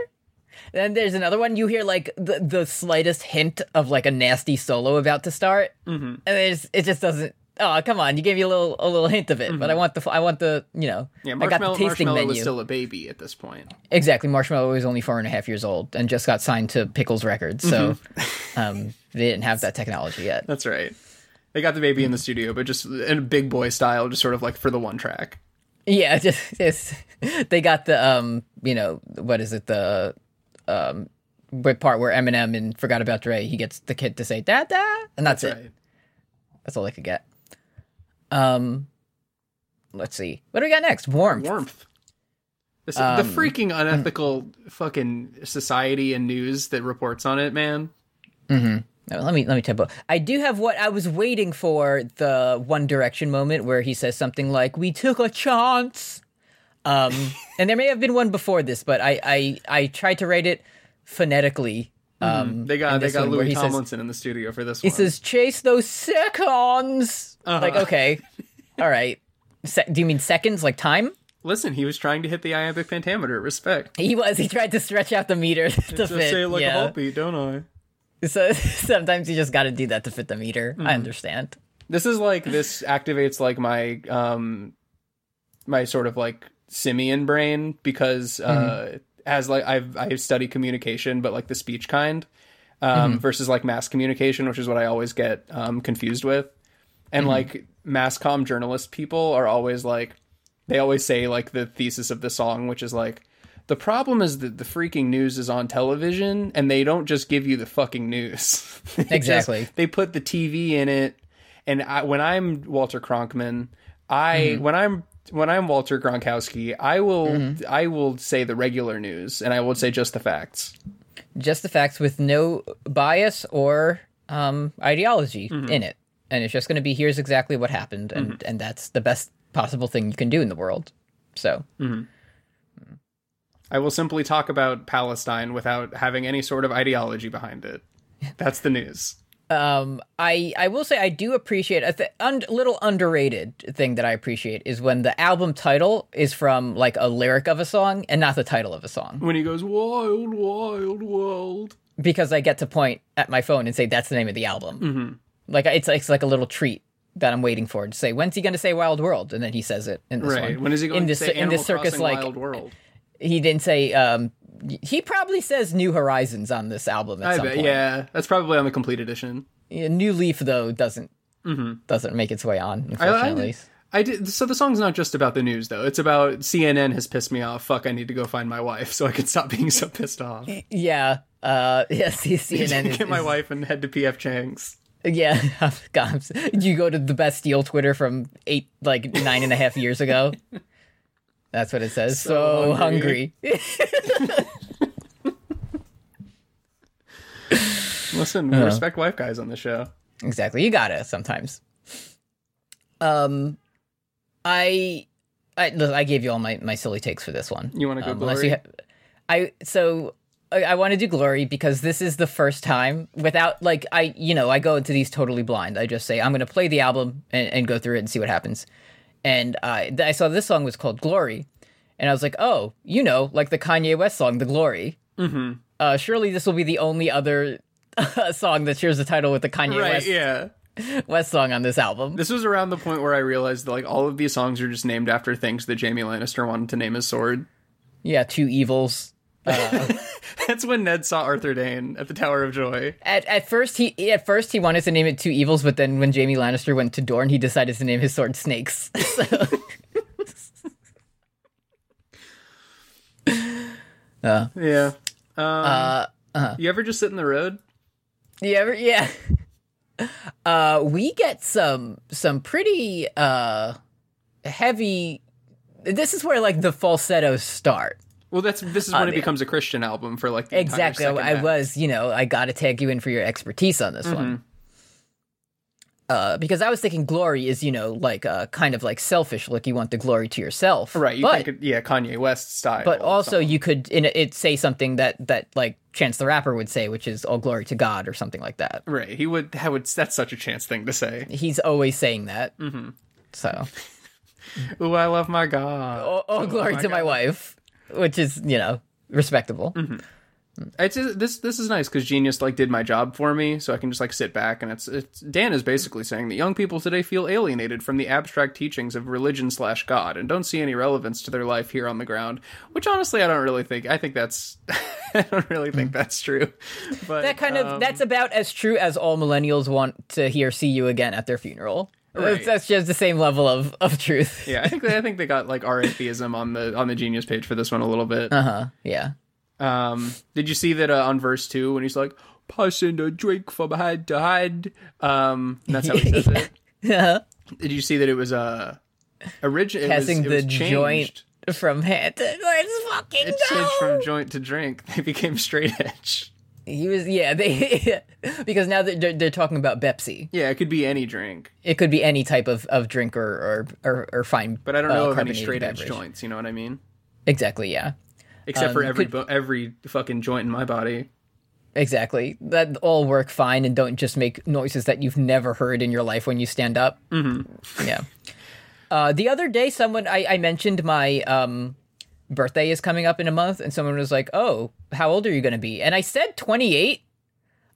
Speaker 1: Then there's another one you hear like the the slightest hint of like a nasty solo about to start,
Speaker 2: Mm-hmm.
Speaker 1: and there's it just doesn't. Oh come on, you gave me a little a little hint of it, but I want the I want the you know
Speaker 2: Mm-hmm. Yeah,
Speaker 1: I got the
Speaker 2: Marshmallow,
Speaker 1: tasting
Speaker 2: Marshmallow
Speaker 1: menu
Speaker 2: was still a baby at this point.
Speaker 1: exactly. Marshmallow was only four and a half years old and just got signed to Pickles Records, so
Speaker 2: Mm-hmm.
Speaker 1: um, they didn't have that technology yet.
Speaker 2: That's right. They got the baby in the studio, but just in a big boy style, just sort of like for the one track.
Speaker 1: Yeah, just, just they got the um, you know, what is it the um, what part where Eminem and Forgot About Dre he gets the kid to say da da, and that's, it.
Speaker 2: Right.
Speaker 1: That's all they could get. Um, let's see, what do we got next? Warmth.
Speaker 2: Warmth. This, the freaking unethical fucking society and news that reports on it, man.
Speaker 1: No, Oh, Let me let me type up. I do have what I was waiting for the One Direction moment where he says something like "We took a chance," um, and there may have been one before this, but I I, I tried to write it phonetically. Um,
Speaker 2: They got
Speaker 1: and
Speaker 2: they
Speaker 1: this
Speaker 2: got
Speaker 1: one where
Speaker 2: Louis
Speaker 1: he says-
Speaker 2: Tomlinson in the studio for this
Speaker 1: He
Speaker 2: one.
Speaker 1: says, "Chase those seconds."
Speaker 2: Uh-huh.
Speaker 1: Like, okay, all right. Se- do you mean seconds, like time?
Speaker 2: Listen, he was trying to hit the iambic pentameter. Respect.
Speaker 1: He was. He tried to stretch out the meter to
Speaker 2: Just
Speaker 1: fit.
Speaker 2: say it like a
Speaker 1: yeah.
Speaker 2: heartbeat, don't I?
Speaker 1: So sometimes you just got to do that to fit the meter.
Speaker 2: Mm-hmm.
Speaker 1: I understand.
Speaker 2: This is like this activates like my um my sort of like simian brain because
Speaker 1: Mm-hmm.
Speaker 2: uh as like I've I study communication but like the speech kind um versus like mass communication which is what I always get um confused with and like mass comm journalist people are always like they always say like the thesis of the song which is like the problem is that the freaking news is on television and they don't just give you the fucking news They just-
Speaker 1: Exactly.
Speaker 2: they put the tv in it and I, when i'm walter cronkman i when i'm when i'm walter gronkowski i will i will say the regular news and i will say just the facts
Speaker 1: Just the facts with no bias or um, ideology
Speaker 2: Mm-hmm.
Speaker 1: in it, and it's just going to be here's exactly what happened, and and that's the best possible thing you can do in the world. So
Speaker 2: i will simply talk about palestine without having any sort of ideology behind it that's the news
Speaker 1: Um, I I will say I do appreciate a th- un- little underrated thing that I appreciate is when the album title is from like a lyric of a song and not the title of a song
Speaker 2: when he goes wild wild world
Speaker 1: because I get to point at my phone and say that's the name of the album.
Speaker 2: Mm-hmm.
Speaker 1: Like it's it's like a little treat that I'm waiting for to say when's he going to say Wild World and then he says it in this
Speaker 2: right
Speaker 1: one.
Speaker 2: when is he going
Speaker 1: in
Speaker 2: to
Speaker 1: this
Speaker 2: say
Speaker 1: in
Speaker 2: Animal
Speaker 1: this circus
Speaker 2: Crossing
Speaker 1: like
Speaker 2: wild world
Speaker 1: he didn't say um he probably says New Horizons on this album at
Speaker 2: i
Speaker 1: some
Speaker 2: bet
Speaker 1: point.
Speaker 2: yeah that's probably on the complete edition
Speaker 1: Yeah, New Leaf though doesn't
Speaker 2: Mm-hmm.
Speaker 1: doesn't make its way on unfortunately.
Speaker 2: I did. So the song's not just about the news, though. It's about CNN has pissed me off. Fuck, I need to go find my wife so I can stop being so pissed off.
Speaker 1: Yeah. Uh, yeah, see, CNN is,
Speaker 2: Get my
Speaker 1: is-
Speaker 2: wife and head to PF Chang's.
Speaker 1: yeah. God, I'm s- you go to the best steel Twitter from eight, like nine and a half years ago. That's what it says. So,
Speaker 2: So
Speaker 1: hungry.
Speaker 2: hungry. Listen, we
Speaker 1: Uh-huh.
Speaker 2: respect wife guys on the show.
Speaker 1: exactly. You gotta sometimes. Um, I, I, look, I gave you all my, my silly takes for this one.
Speaker 2: You want to go
Speaker 1: Um, unless
Speaker 2: glory?
Speaker 1: you ha- I so I, I want to do glory because this is the first time without like I you know I go into these totally blind. I just say I'm going to play the album and, and go through it and see what happens. And I th- I saw this song was called Glory, and I was like, oh, you know, like the Kanye West song, The Glory. Mm-hmm. Uh, surely this will be the only other song that shares the title with the Kanye
Speaker 2: right?
Speaker 1: West,
Speaker 2: Yeah.
Speaker 1: West song on this album.
Speaker 2: This was around the point where I realized that like all of these songs are just named after things that Jamie Lannister wanted to name his sword.
Speaker 1: yeah, two evils.
Speaker 2: That's when Ned saw Arthur Dane at the Tower of Joy.
Speaker 1: At, at first he at first he wanted to name it Two Evils, but then when Jamie Lannister went to Dorne, he decided to name his sword Snakes. so.
Speaker 2: Yeah. Um,
Speaker 1: Uh, uh-huh.
Speaker 2: You ever just sit in the road?
Speaker 1: You ever yeah. Uh we get some some pretty uh heavy this is where like the falsettos start.
Speaker 2: Well, that's this is when it
Speaker 1: Uh, yeah.
Speaker 2: becomes a Christian album for like the entire
Speaker 1: Exactly.
Speaker 2: second
Speaker 1: I, I
Speaker 2: act. Mm-hmm.
Speaker 1: was, you know, I gotta tag you in for your expertise on this one. Uh, because I was thinking glory is, you know, like uh, kind of like selfish. Like you want the glory to yourself,
Speaker 2: Right. You
Speaker 1: but
Speaker 2: think, it- yeah, Kanye West style.
Speaker 1: but also you could in a- it say something that that like Chance the Rapper would say, which is all glory to God or something like that.
Speaker 2: Right. He would, that would, that's such a chance thing to say.
Speaker 1: He's always saying that. Mm-hmm. So
Speaker 2: Ooh, I love my Oh God. Mm-hmm.
Speaker 1: all, all glory to my wife, which is you know respectable.
Speaker 2: It's this. This is nice because Genius like did my job for me, so I can just like sit back and it's. It's Dan is basically saying that young people today feel alienated from the abstract teachings of religion slash God and don't see any relevance to their life here on the ground. Which honestly, I don't really think. I think that's. I don't really think that's true. But
Speaker 1: That kind of
Speaker 2: um,
Speaker 1: that's about as true as all millennials want to hear "See You Again" at their funeral. That's,
Speaker 2: Right.
Speaker 1: that's just the same level of of truth.
Speaker 2: yeah, I think they, I think they got like our atheism on the on the Genius page for this one a little bit.
Speaker 1: Uh huh. Yeah.
Speaker 2: Um, did you see that uh, on verse two when he's like passing a drink from hand to hand? Um, that's how he says it.
Speaker 1: Yeah.
Speaker 2: Did you see that it was uh originally
Speaker 1: Passing
Speaker 2: it was,
Speaker 1: the
Speaker 2: it was changed.
Speaker 1: joint from hand to let's fucking
Speaker 2: It
Speaker 1: go.
Speaker 2: changed from joint to drink. They became straight edge.
Speaker 1: He was yeah they because now they're, they're they're talking about Pepsi.
Speaker 2: Yeah, it could be any drink,
Speaker 1: It could be any type of, of drink or or or, or fine.
Speaker 2: but I don't
Speaker 1: uh,
Speaker 2: know of any
Speaker 1: carbonated
Speaker 2: straight edge
Speaker 1: beverage.
Speaker 2: joints. You know what I mean?
Speaker 1: Exactly. Yeah.
Speaker 2: Except for
Speaker 1: you
Speaker 2: every bo- every fucking joint in my body.
Speaker 1: Exactly. That all work fine and don't just make noises that you've never heard in your life when you stand up. Mm-hmm. Yeah. Uh, the other day, someone I, I mentioned my um, birthday is coming up in a month, and someone was like, "Oh, how old are you going to be?" And I said, "28."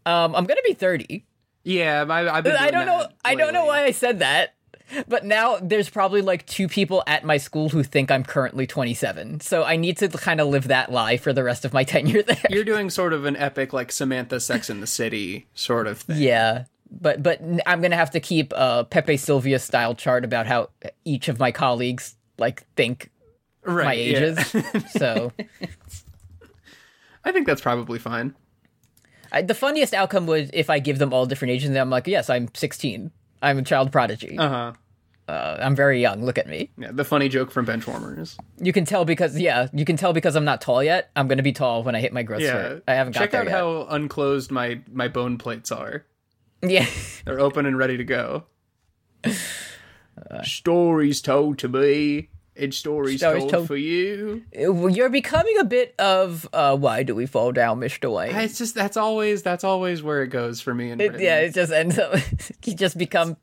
Speaker 1: Um, I'm going to be 30.
Speaker 2: Yeah, I, I've been
Speaker 1: I
Speaker 2: doing
Speaker 1: don't know.
Speaker 2: that
Speaker 1: I don't know
Speaker 2: lately.
Speaker 1: why I said that. But now there's probably like two people at my school who think I'm currently 27. So I need to kind of live that lie for the rest of my tenure there.
Speaker 2: You're doing sort of an epic like Samantha Sex in the City sort of thing.
Speaker 1: Yeah, but but n- I'm gonna have to keep a Pepe Sylvia style chart about how each of my colleagues like think
Speaker 2: Right.
Speaker 1: my
Speaker 2: yeah.
Speaker 1: ages. so
Speaker 2: I think that's probably fine.
Speaker 1: I, the funniest outcome would if I give them all different ages, and I'm like, yes, I'm 16. I'm a child prodigy.
Speaker 2: Uh huh.
Speaker 1: Uh, I'm very young. Look at me.
Speaker 2: Yeah, the funny joke from Benchwarmers.
Speaker 1: You can tell because yeah, you can tell because I'm not tall yet. I'm gonna be tall when I hit my growth
Speaker 2: Yeah,
Speaker 1: spurt. I haven't got
Speaker 2: check
Speaker 1: there
Speaker 2: out
Speaker 1: yet.
Speaker 2: how unclosed my my bone plates are.
Speaker 1: yeah.
Speaker 2: They're open and ready to go. stories told to me, and stories,
Speaker 1: Stories
Speaker 2: told,
Speaker 1: told-
Speaker 2: for you.
Speaker 1: Well, You're becoming a bit of uh, why do we fall down, Mr. Wayne?
Speaker 2: It's just that's always that's always where it goes for me. And
Speaker 1: It- yeah, it just ends up. you just become.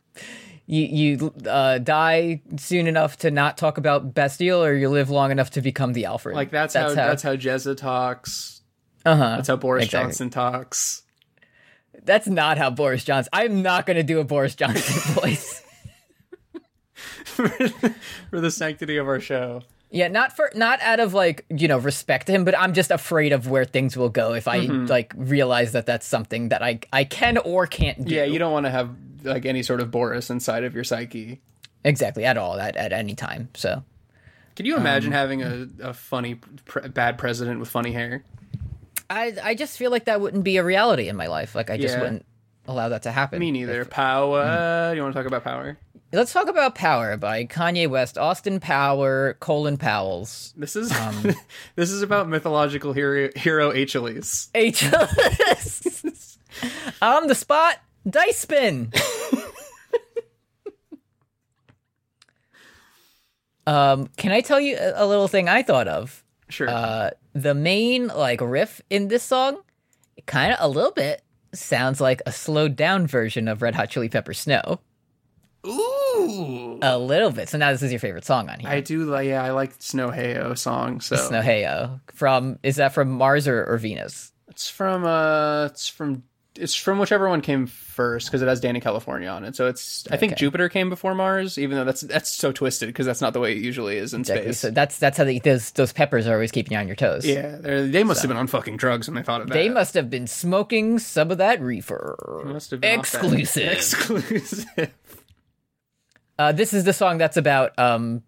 Speaker 1: You you uh, die soon enough to not talk about Bastille, or you live long enough to become the Alfred.
Speaker 2: like that's, how, that's how Jezza talks.
Speaker 1: uh huh.
Speaker 2: That's how Boris
Speaker 1: Exactly.
Speaker 2: Johnson talks.
Speaker 1: That's not how Boris Johnson. I'm not going to do a Boris Johnson voice.
Speaker 2: for the sanctity of our show.
Speaker 1: Yeah, not for not out of like you know respect to him, but I'm just afraid of where things will go if I
Speaker 2: Mm-hmm.
Speaker 1: like realize that that's something that I I can or can't do.
Speaker 2: Yeah, you don't want to have like any sort of Boris inside of your psyche.
Speaker 1: exactly at all at at any time. So
Speaker 2: Can you
Speaker 1: Um,
Speaker 2: imagine having a, a funny pre- bad president with funny hair?
Speaker 1: I I just feel like that wouldn't be a reality in my life. Like I just
Speaker 2: Yeah.
Speaker 1: wouldn't allow that to happen.
Speaker 2: Me neither. Power.
Speaker 1: Hmm.
Speaker 2: You want to talk about power?
Speaker 1: Let's talk about Power by Kanye West, Austin Power, Colin Powell's.
Speaker 2: This is
Speaker 1: Um,
Speaker 2: this is about mythological hero, hero Achilles.
Speaker 1: HLS. On the spot, dice spin. um, can I tell you a, a little thing I thought of?
Speaker 2: Sure.
Speaker 1: Uh, the main like riff in this song, kind of a little bit sounds like a slowed down version of Red Hot Chili Pepper Snow.
Speaker 2: Ooh.
Speaker 1: A little bit. So now this is your favorite song on here.
Speaker 2: I do like yeah, I like Snow Heyo song, so
Speaker 1: Snow Heyo from is that from Mars or, or Venus?
Speaker 2: it's from uh it's from it's from whichever one came first because it has Danny California on it. So it's I think Jupiter came before Mars, even though that's that's so twisted because that's not the way it usually is in
Speaker 1: Exactly.
Speaker 2: space.
Speaker 1: So that's that's how they, those those peppers are always keeping you on your toes.
Speaker 2: yeah, they're- they must have been on fucking drugs when they thought of that.
Speaker 1: They must have been smoking some of that reefer.
Speaker 2: Must have been off that.
Speaker 1: Exclusive.
Speaker 2: Exclusive.
Speaker 1: Uh, this is the song that's about um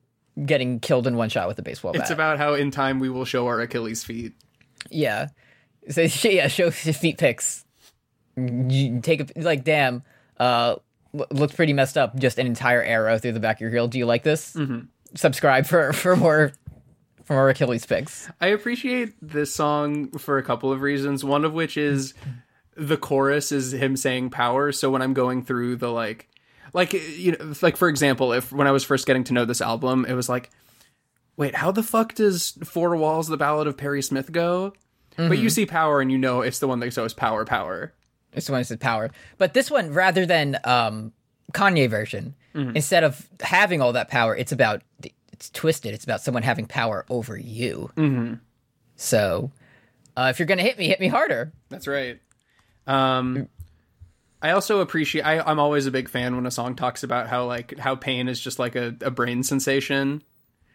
Speaker 1: getting killed in one shot with a baseball bat.
Speaker 2: it's about how in time we will show our Achilles feet.
Speaker 1: yeah. So sh- yeah, show f- feet pics. You take a like, damn. Uh, lo- looks pretty messed up. Just an entire arrow through the back of your heel. Do you like this? Mm-hmm. Subscribe for for more for more Achilles pics.
Speaker 2: I appreciate this song for a couple of reasons. One of which is the chorus is him saying power. So when I'm going through the like, like you know, like for example, if when I was first getting to know this album, it was like, wait, how the fuck does Four Walls, the Ballad of Perry Smith, go? But you see Power, and you know it's the one that goes Power, Power.
Speaker 1: This one says power. But this one, rather than um, Kanye version, instead of having all that power, it's about it's twisted. It's about someone having power over you. Mm-hmm. So uh, if you're gonna hit me, hit me harder.
Speaker 2: That's right. Um, I also appreciate. I, I'm always a big fan when a song talks about how like how pain is just like a, a brain sensation.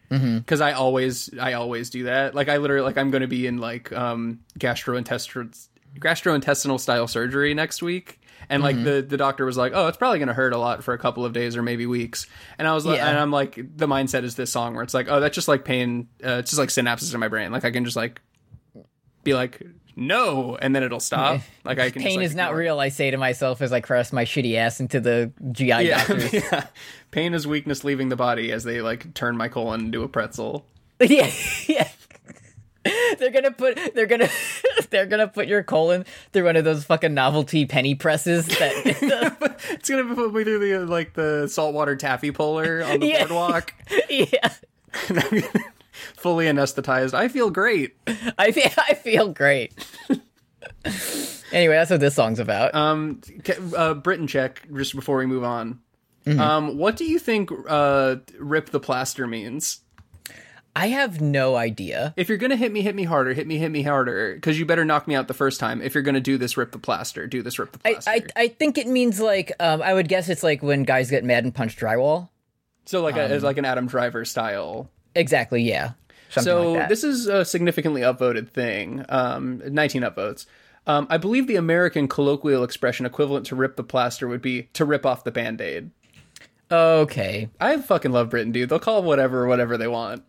Speaker 2: Because I always I always do that. Like I literally like I'm going to be in like um gastrointestinal gastrointestinal style surgery next week. And like the, the doctor was like, oh, it's probably going to hurt a lot for a couple of days or maybe weeks. And I was like,
Speaker 1: Yeah.
Speaker 2: and I'm like, the mindset is this song where it's like, oh, that's just like pain. Uh, it's just like synapses in my brain. Like I can just like be like, no, and then it'll stop. Like I can. just,
Speaker 1: Pain
Speaker 2: like,
Speaker 1: is not
Speaker 2: ignore it.
Speaker 1: real, I say to myself as I crush my shitty ass into the GI
Speaker 2: Yeah,
Speaker 1: doctors.
Speaker 2: yeah. Pain is weakness leaving the body as they like turn my colon into a pretzel.
Speaker 1: yeah, yeah. They're gonna put they're gonna they're gonna put your colon through one of those fucking novelty penny presses that
Speaker 2: It's gonna put me through the like the saltwater taffy puller on the
Speaker 1: Yeah.
Speaker 2: boardwalk.
Speaker 1: yeah.
Speaker 2: And I'm gonna- fully anesthetized. I feel great.
Speaker 1: I feel I feel great. anyway, that's what this song's about.
Speaker 2: Um, ca- uh, Britain check just before we move on. Um, what do you think uh, "rip the plaster" means?
Speaker 1: I have no idea.
Speaker 2: If you're gonna hit me, hit me harder. Hit me, hit me harder. Because you better knock me out the first time. If you're gonna do this, rip the plaster. Do this, rip the
Speaker 1: I,
Speaker 2: plaster.
Speaker 1: I, I think it means like um, I would guess it's like when guys get mad and punch drywall.
Speaker 2: so like a, it's like an Adam Driver style
Speaker 1: Exactly. Yeah. Something
Speaker 2: so
Speaker 1: like that.
Speaker 2: this is a significantly upvoted thing. Um, 19 upvotes. Um, I believe the American colloquial expression equivalent to rip the plaster would be to rip off the band-aid.
Speaker 1: okay.
Speaker 2: I fucking love Britain, dude. They'll call it whatever whatever they want.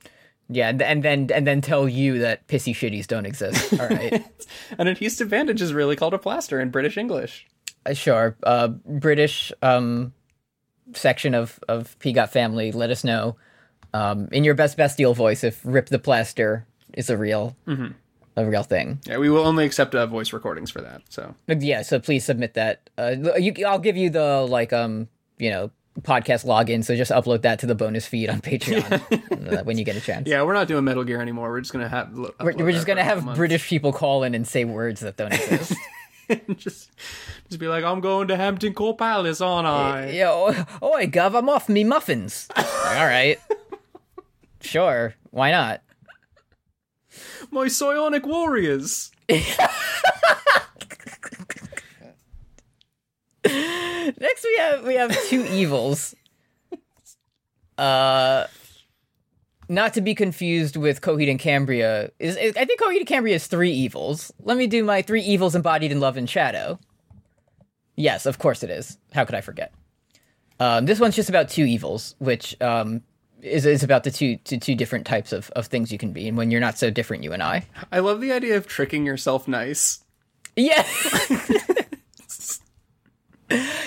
Speaker 1: Yeah, and, and then and then tell you that pissy shitties don't exist. All right.
Speaker 2: An adhesive bandage is really called a plaster in British English.
Speaker 1: Uh, sure. Uh, British um, section of of Peagot family, let us know um, in your best Bastille voice if "Rip the Plaster" is a real
Speaker 2: Mm-hmm.
Speaker 1: a real thing.
Speaker 2: Yeah, we will only accept uh, voice recordings for that. So
Speaker 1: But Yeah, so please submit that. Uh, you, I'll give you the like um you know podcast login. So just upload that to the bonus feed on Patreon uh, when you get a chance.
Speaker 2: yeah, we're not doing Metal Gear anymore. We're just gonna have lo-
Speaker 1: We're,
Speaker 2: upload
Speaker 1: we're just
Speaker 2: that
Speaker 1: gonna
Speaker 2: for a
Speaker 1: have
Speaker 2: month.
Speaker 1: British people call in and say words that don't exist.
Speaker 2: just just be like, I'm going to Hampton Court Palace, aren't I?
Speaker 1: yeah, oh, oi, gov, I'm off me muffins. Like, All right, sure, why not?
Speaker 2: My psionic warriors.
Speaker 1: Next we have we have two evils. Uh not to be confused with Coheed and Cambria. Is, is I think Coheed and Cambria is three evils. Let me do my three evils embodied in love and shadow. Yes, of course it is. How could I forget? Um, this one's just about two evils, which um, is is about the two, two two different types of of things you can be, and when you're not so different, you and I.
Speaker 2: I love the idea of tricking yourself nice.
Speaker 1: Yeah.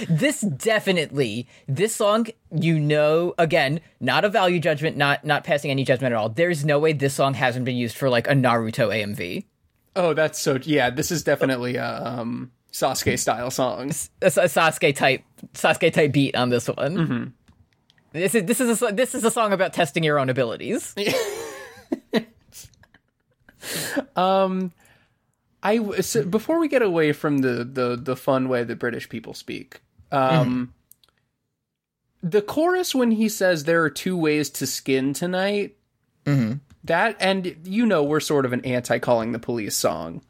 Speaker 1: this definitely this song you know again not a value judgment not not passing any judgment at all there's no way this song hasn't been used for like a naruto amv
Speaker 2: Oh, that's so. Yeah, this is definitely a um, Sasuke style song.
Speaker 1: a, Sa- sasuke type sasuke type beat on this one this is this is a so- this is a song about testing your own abilities
Speaker 2: I w- so before we get away from the the the fun way that British people speak. Um, The chorus when he says there are two ways to skin tonight. Mm-hmm. That and you know we're sort of an anti calling the police song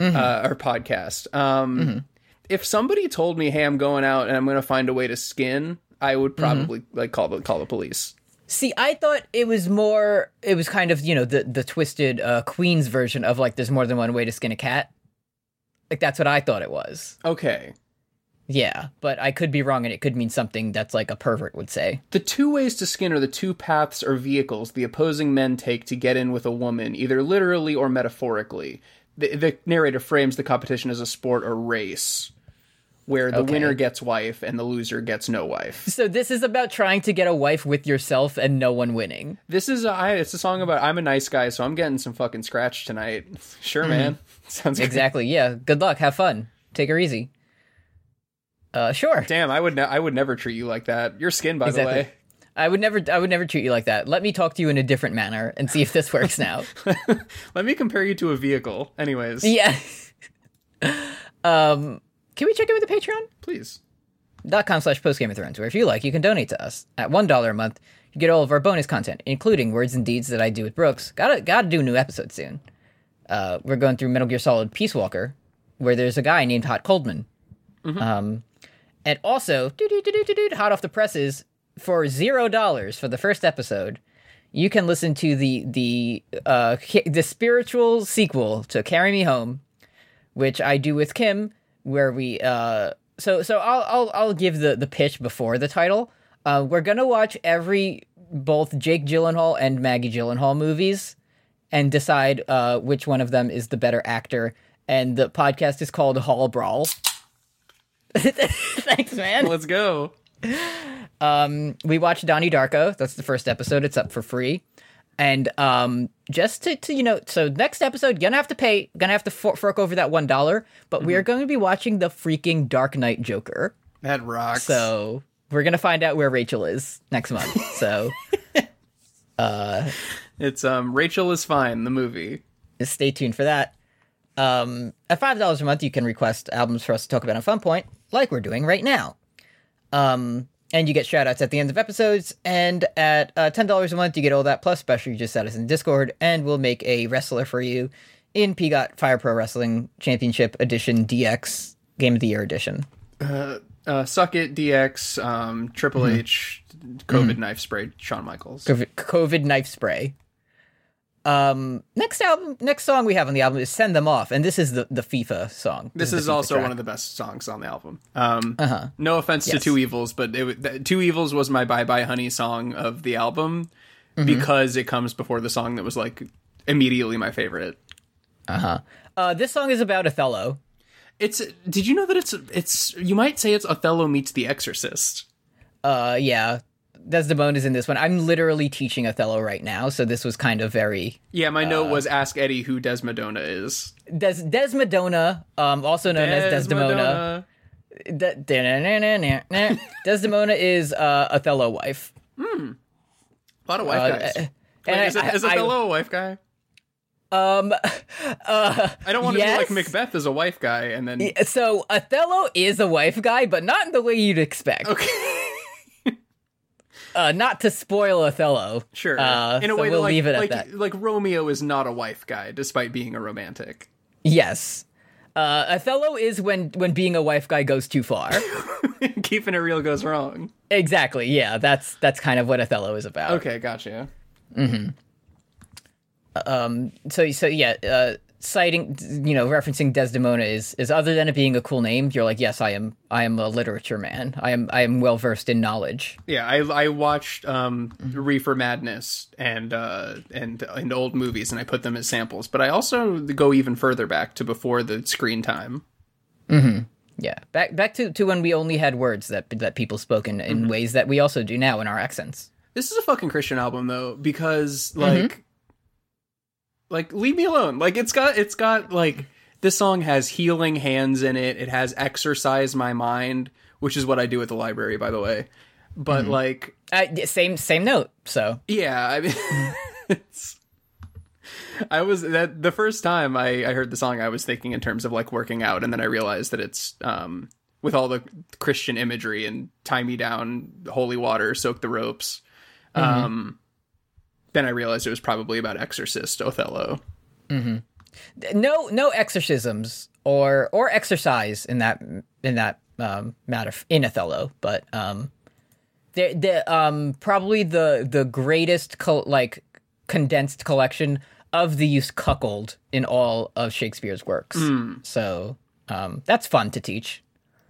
Speaker 2: uh, or podcast. Um, If somebody told me, "Hey, I'm going out and I'm going to find a way to skin," I would probably like call the call the police.
Speaker 1: see i thought it was more it was kind of you know the the twisted uh queen's version of like there's more than one way to skin a cat like that's what i thought it was
Speaker 2: Okay,
Speaker 1: Yeah, but I could be wrong, and it could mean something that's like a pervert would say.
Speaker 2: The two ways to skin are the two paths or vehicles the opposing men take to get in with a woman, either literally or metaphorically. The, the narrator frames the competition as a sport or race, where the
Speaker 1: Okay.
Speaker 2: winner gets wife and the loser gets no wife.
Speaker 1: So this is about trying to get a wife with yourself and no one winning.
Speaker 2: This is a, I, it's a song about I'm a nice guy, so I'm getting some fucking scratch tonight. Sure, man. Sounds good.
Speaker 1: Exactly. Yeah. Good luck. Have fun. Take her easy. Uh, sure.
Speaker 2: Damn, I would ne- I would never treat you like that. Your skin, by the way.
Speaker 1: I would never I would never treat you like that. Let me talk to you in a different manner and see if this works now.
Speaker 2: Let me compare you to a vehicle. Anyways,
Speaker 1: yeah. um can we check in with the Patreon?
Speaker 2: please.
Speaker 1: dot com slash postgame of thrones where if you like you can donate to us at one dollar a month you get all of our bonus content including words and deeds that i do with brooks gotta gotta do a new episode soon uh, we're going through metal gear solid peace walker where there's a guy named hot coldman um, and also doo-doo-doo-doo-doo-doo, hot off the presses for zero dollars for the first episode you can listen to the the uh, ki- the spiritual sequel to carry me home which I do with Kim, where we uh so so I'll I'll I'll give the the pitch before the title. Uh, we're gonna watch every both Jake Gyllenhaal and Maggie Gyllenhaal movies, and decide uh which one of them is the better actor. And the podcast is called Hall Brawl. Thanks, man.
Speaker 2: Let's go.
Speaker 1: We watched Donnie Darko. That's the first episode. It's up for free. And um, just to, to you know, so next episode, gonna have to pay, gonna have to for- fork over that one dollar. But we are going to be watching the freaking Dark Knight Joker.
Speaker 2: That rocks.
Speaker 1: So we're gonna find out where Rachel is next month. So
Speaker 2: It's um Rachel is fine. The movie.
Speaker 1: stay tuned for that. Um, at five dollars a month, you can request albums for us to talk about on Fun Point, like we're doing right now. Um, and you get shout outs at the end of episodes. And at uh, ten dollars a month, you get all that plus special. You just add us in Discord, and we'll make a wrestler for you in PGOT Fire Pro Wrestling Championship Edition DX Game of the Year Edition.
Speaker 2: Uh, Suck it, DX, um, Triple
Speaker 1: Mm-hmm.
Speaker 2: H, COVID knife spray, Shawn Michaels.
Speaker 1: COVID, COVID knife spray. Um, next album, next song we have on the album is "Send Them Off," and this is the the FIFA song.
Speaker 2: This is also one of the best songs on the album. Um,
Speaker 1: Uh-huh.
Speaker 2: No offense to Two Evils, but it, w- th- Two Evils was my Bye Bye Honey song of the album
Speaker 1: Mm-hmm.
Speaker 2: because it comes before the song that was like immediately my favorite.
Speaker 1: Uh, this song is about Othello.
Speaker 2: It's. Did you know that it's? It's. You might say it's Othello meets The Exorcist.
Speaker 1: Uh, yeah, Desdemona is in this one. I'm literally teaching Othello right now, so this was kind of very
Speaker 2: Yeah, my
Speaker 1: Uh.
Speaker 2: note was ask Eddie who Desmodona is.
Speaker 1: Des Desmodona, um, also known as Desdemona.
Speaker 2: Desmodona.
Speaker 1: De- da-na-na-na-na-na. Desdemona is uh, Othello wife.
Speaker 2: A lot of wife guys.
Speaker 1: Uh,
Speaker 2: Wait,
Speaker 1: and
Speaker 2: is, it, is
Speaker 1: I-
Speaker 2: Othello a wife guy?
Speaker 1: I- um,
Speaker 2: I don't want to
Speaker 1: yes.
Speaker 2: be like Macbeth is a wife guy, and then
Speaker 1: so Othello is a wife guy, but not in the way you'd expect.
Speaker 2: okay,
Speaker 1: Uh, not to spoil Othello.
Speaker 2: sure.
Speaker 1: Uh,
Speaker 2: In a
Speaker 1: so
Speaker 2: way, that,
Speaker 1: we'll
Speaker 2: like,
Speaker 1: leave it at
Speaker 2: like,
Speaker 1: that.
Speaker 2: Like Romeo is not a wife guy, despite being a romantic.
Speaker 1: Yes. Uh, Othello is when when being a wife guy goes too far.
Speaker 2: Keeping it real goes wrong.
Speaker 1: exactly. Yeah, that's that's kind of what Othello is about.
Speaker 2: Okay, gotcha.
Speaker 1: So so yeah, uh, citing you know referencing Desdemona is is other than it being a cool name, you're like yes, I am I am a literature man. I am I am well versed in knowledge.
Speaker 2: Yeah, I I watched um,
Speaker 1: Mm-hmm.
Speaker 2: Reefer Madness and uh, and and old movies, and I put them as samples. But I also go even further back to before the screen time.
Speaker 1: Yeah, back back to, to when we only had words that that people spoke in, in ways that we also do now in our accents.
Speaker 2: This is a fucking Christian album though, because like like leave me alone. Like it's got it's got like this song has healing hands in it. It has exercise my mind, which is what I do at the library by the way. But like
Speaker 1: Uh, yeah, same same note. So
Speaker 2: yeah, I mean it's I was that the first time I, I heard the song I was thinking in terms of like working out and then I realized that it's um with all the Christian imagery and tie me down, holy water, soak the ropes. Um then I realized it was probably about Exorcist Othello.
Speaker 1: no no exorcisms or or exercise in that in that um, matter in Othello, but um, the the um probably the the greatest col- like condensed collection of the use cuckold in all of Shakespeare's works.
Speaker 2: Hmm.
Speaker 1: So um, that's fun to teach.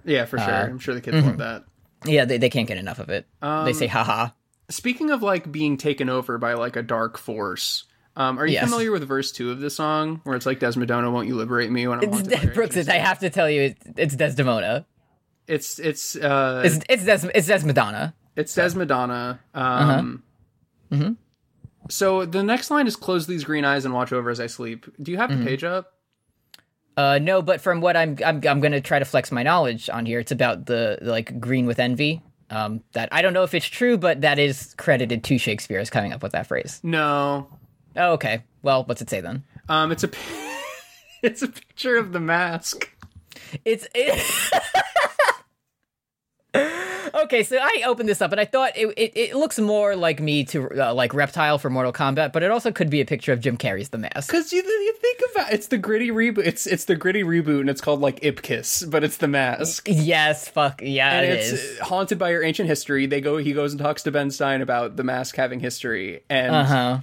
Speaker 2: Yeah, for sure. Mm-hmm. I'm sure the kids love that.
Speaker 1: Yeah, they, they can't get enough of it. they
Speaker 2: Um,
Speaker 1: say haha.
Speaker 2: Speaking of like being taken over by like a dark force, um, are you
Speaker 1: Yes.
Speaker 2: familiar with verse two of this song where it's like Desmodona, won't you liberate me when I'm haunted by your
Speaker 1: Brooks,
Speaker 2: actions?"
Speaker 1: I have to tell you, it's, it's Desdemona.
Speaker 2: It's it's uh
Speaker 1: It's it's Des, it's Desmodona.
Speaker 2: It's Desmodonna. Um, So the next line is close these green eyes and watch over as I sleep. Do you have the page up?
Speaker 1: Uh, no, but from what I'm, I'm, I'm gonna try to flex my knowledge on here. It's about the, the, like Green with Envy. Um, that I don't know if it's true, but that is credited to Shakespeare as coming up with that phrase.
Speaker 2: No.
Speaker 1: Oh, okay. Well, what's it say then?
Speaker 2: Um, it's a pi- it's a picture of the mask.
Speaker 1: It's it. okay, so I opened this up, and I thought it it, it looks more like me to uh, like reptile for Mortal Kombat, but it also could be a picture of Jim Carrey's The Mask.
Speaker 2: Because you, you think about it's the gritty reboot. It's it's the gritty reboot, and it's called like Ipkiss, but it's the mask.
Speaker 1: Yes, fuck yeah,
Speaker 2: And
Speaker 1: it
Speaker 2: it's
Speaker 1: is.
Speaker 2: haunted by your ancient history. They go. He goes and talks to Ben Stein about the mask having history, and
Speaker 1: Uh huh.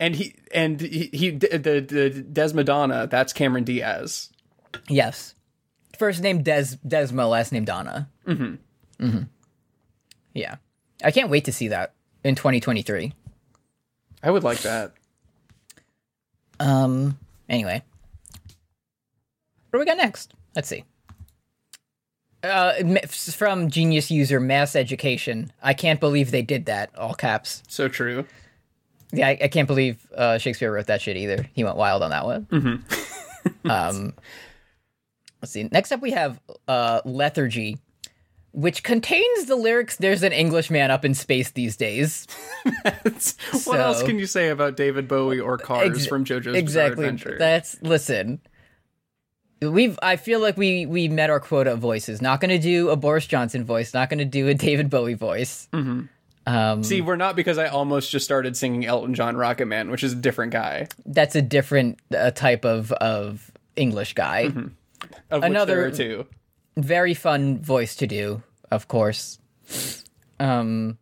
Speaker 2: and he and he, he the, the the Desmodonna. That's Cameron Diaz.
Speaker 1: Yes. First name Des Desmo, last name Donna. Mm-hmm. Mm-hmm. Yeah. I can't wait to see that in 2023.
Speaker 2: I would like that.
Speaker 1: Um. Anyway, what do we got next? Let's see. Uh, m- f- from genius user mass education. I can't believe they did that. All caps.
Speaker 2: So true.
Speaker 1: Yeah, I, I can't believe uh, Shakespeare wrote that shit either. He went wild on that one. um, let's see. Next up, we have uh, lethargy, which contains the lyrics. There's an Englishman up in space these days.
Speaker 2: What else
Speaker 1: So-
Speaker 2: can you say about David Bowie or Cars
Speaker 1: Ex-
Speaker 2: from JoJo's Bizarre
Speaker 1: exactly.
Speaker 2: Adventure?
Speaker 1: That's listen. We've I feel like we we met our quota of voices. Not going to do a Boris Johnson voice. Not going to do a David Bowie voice. Um,
Speaker 2: See, we're not because I almost just started singing Elton John Rocket Man, which is a different guy.
Speaker 1: that's a different uh, type of of English guy.
Speaker 2: Of
Speaker 1: Another-
Speaker 2: which there are two.
Speaker 1: very fun voice to do, of course. Um,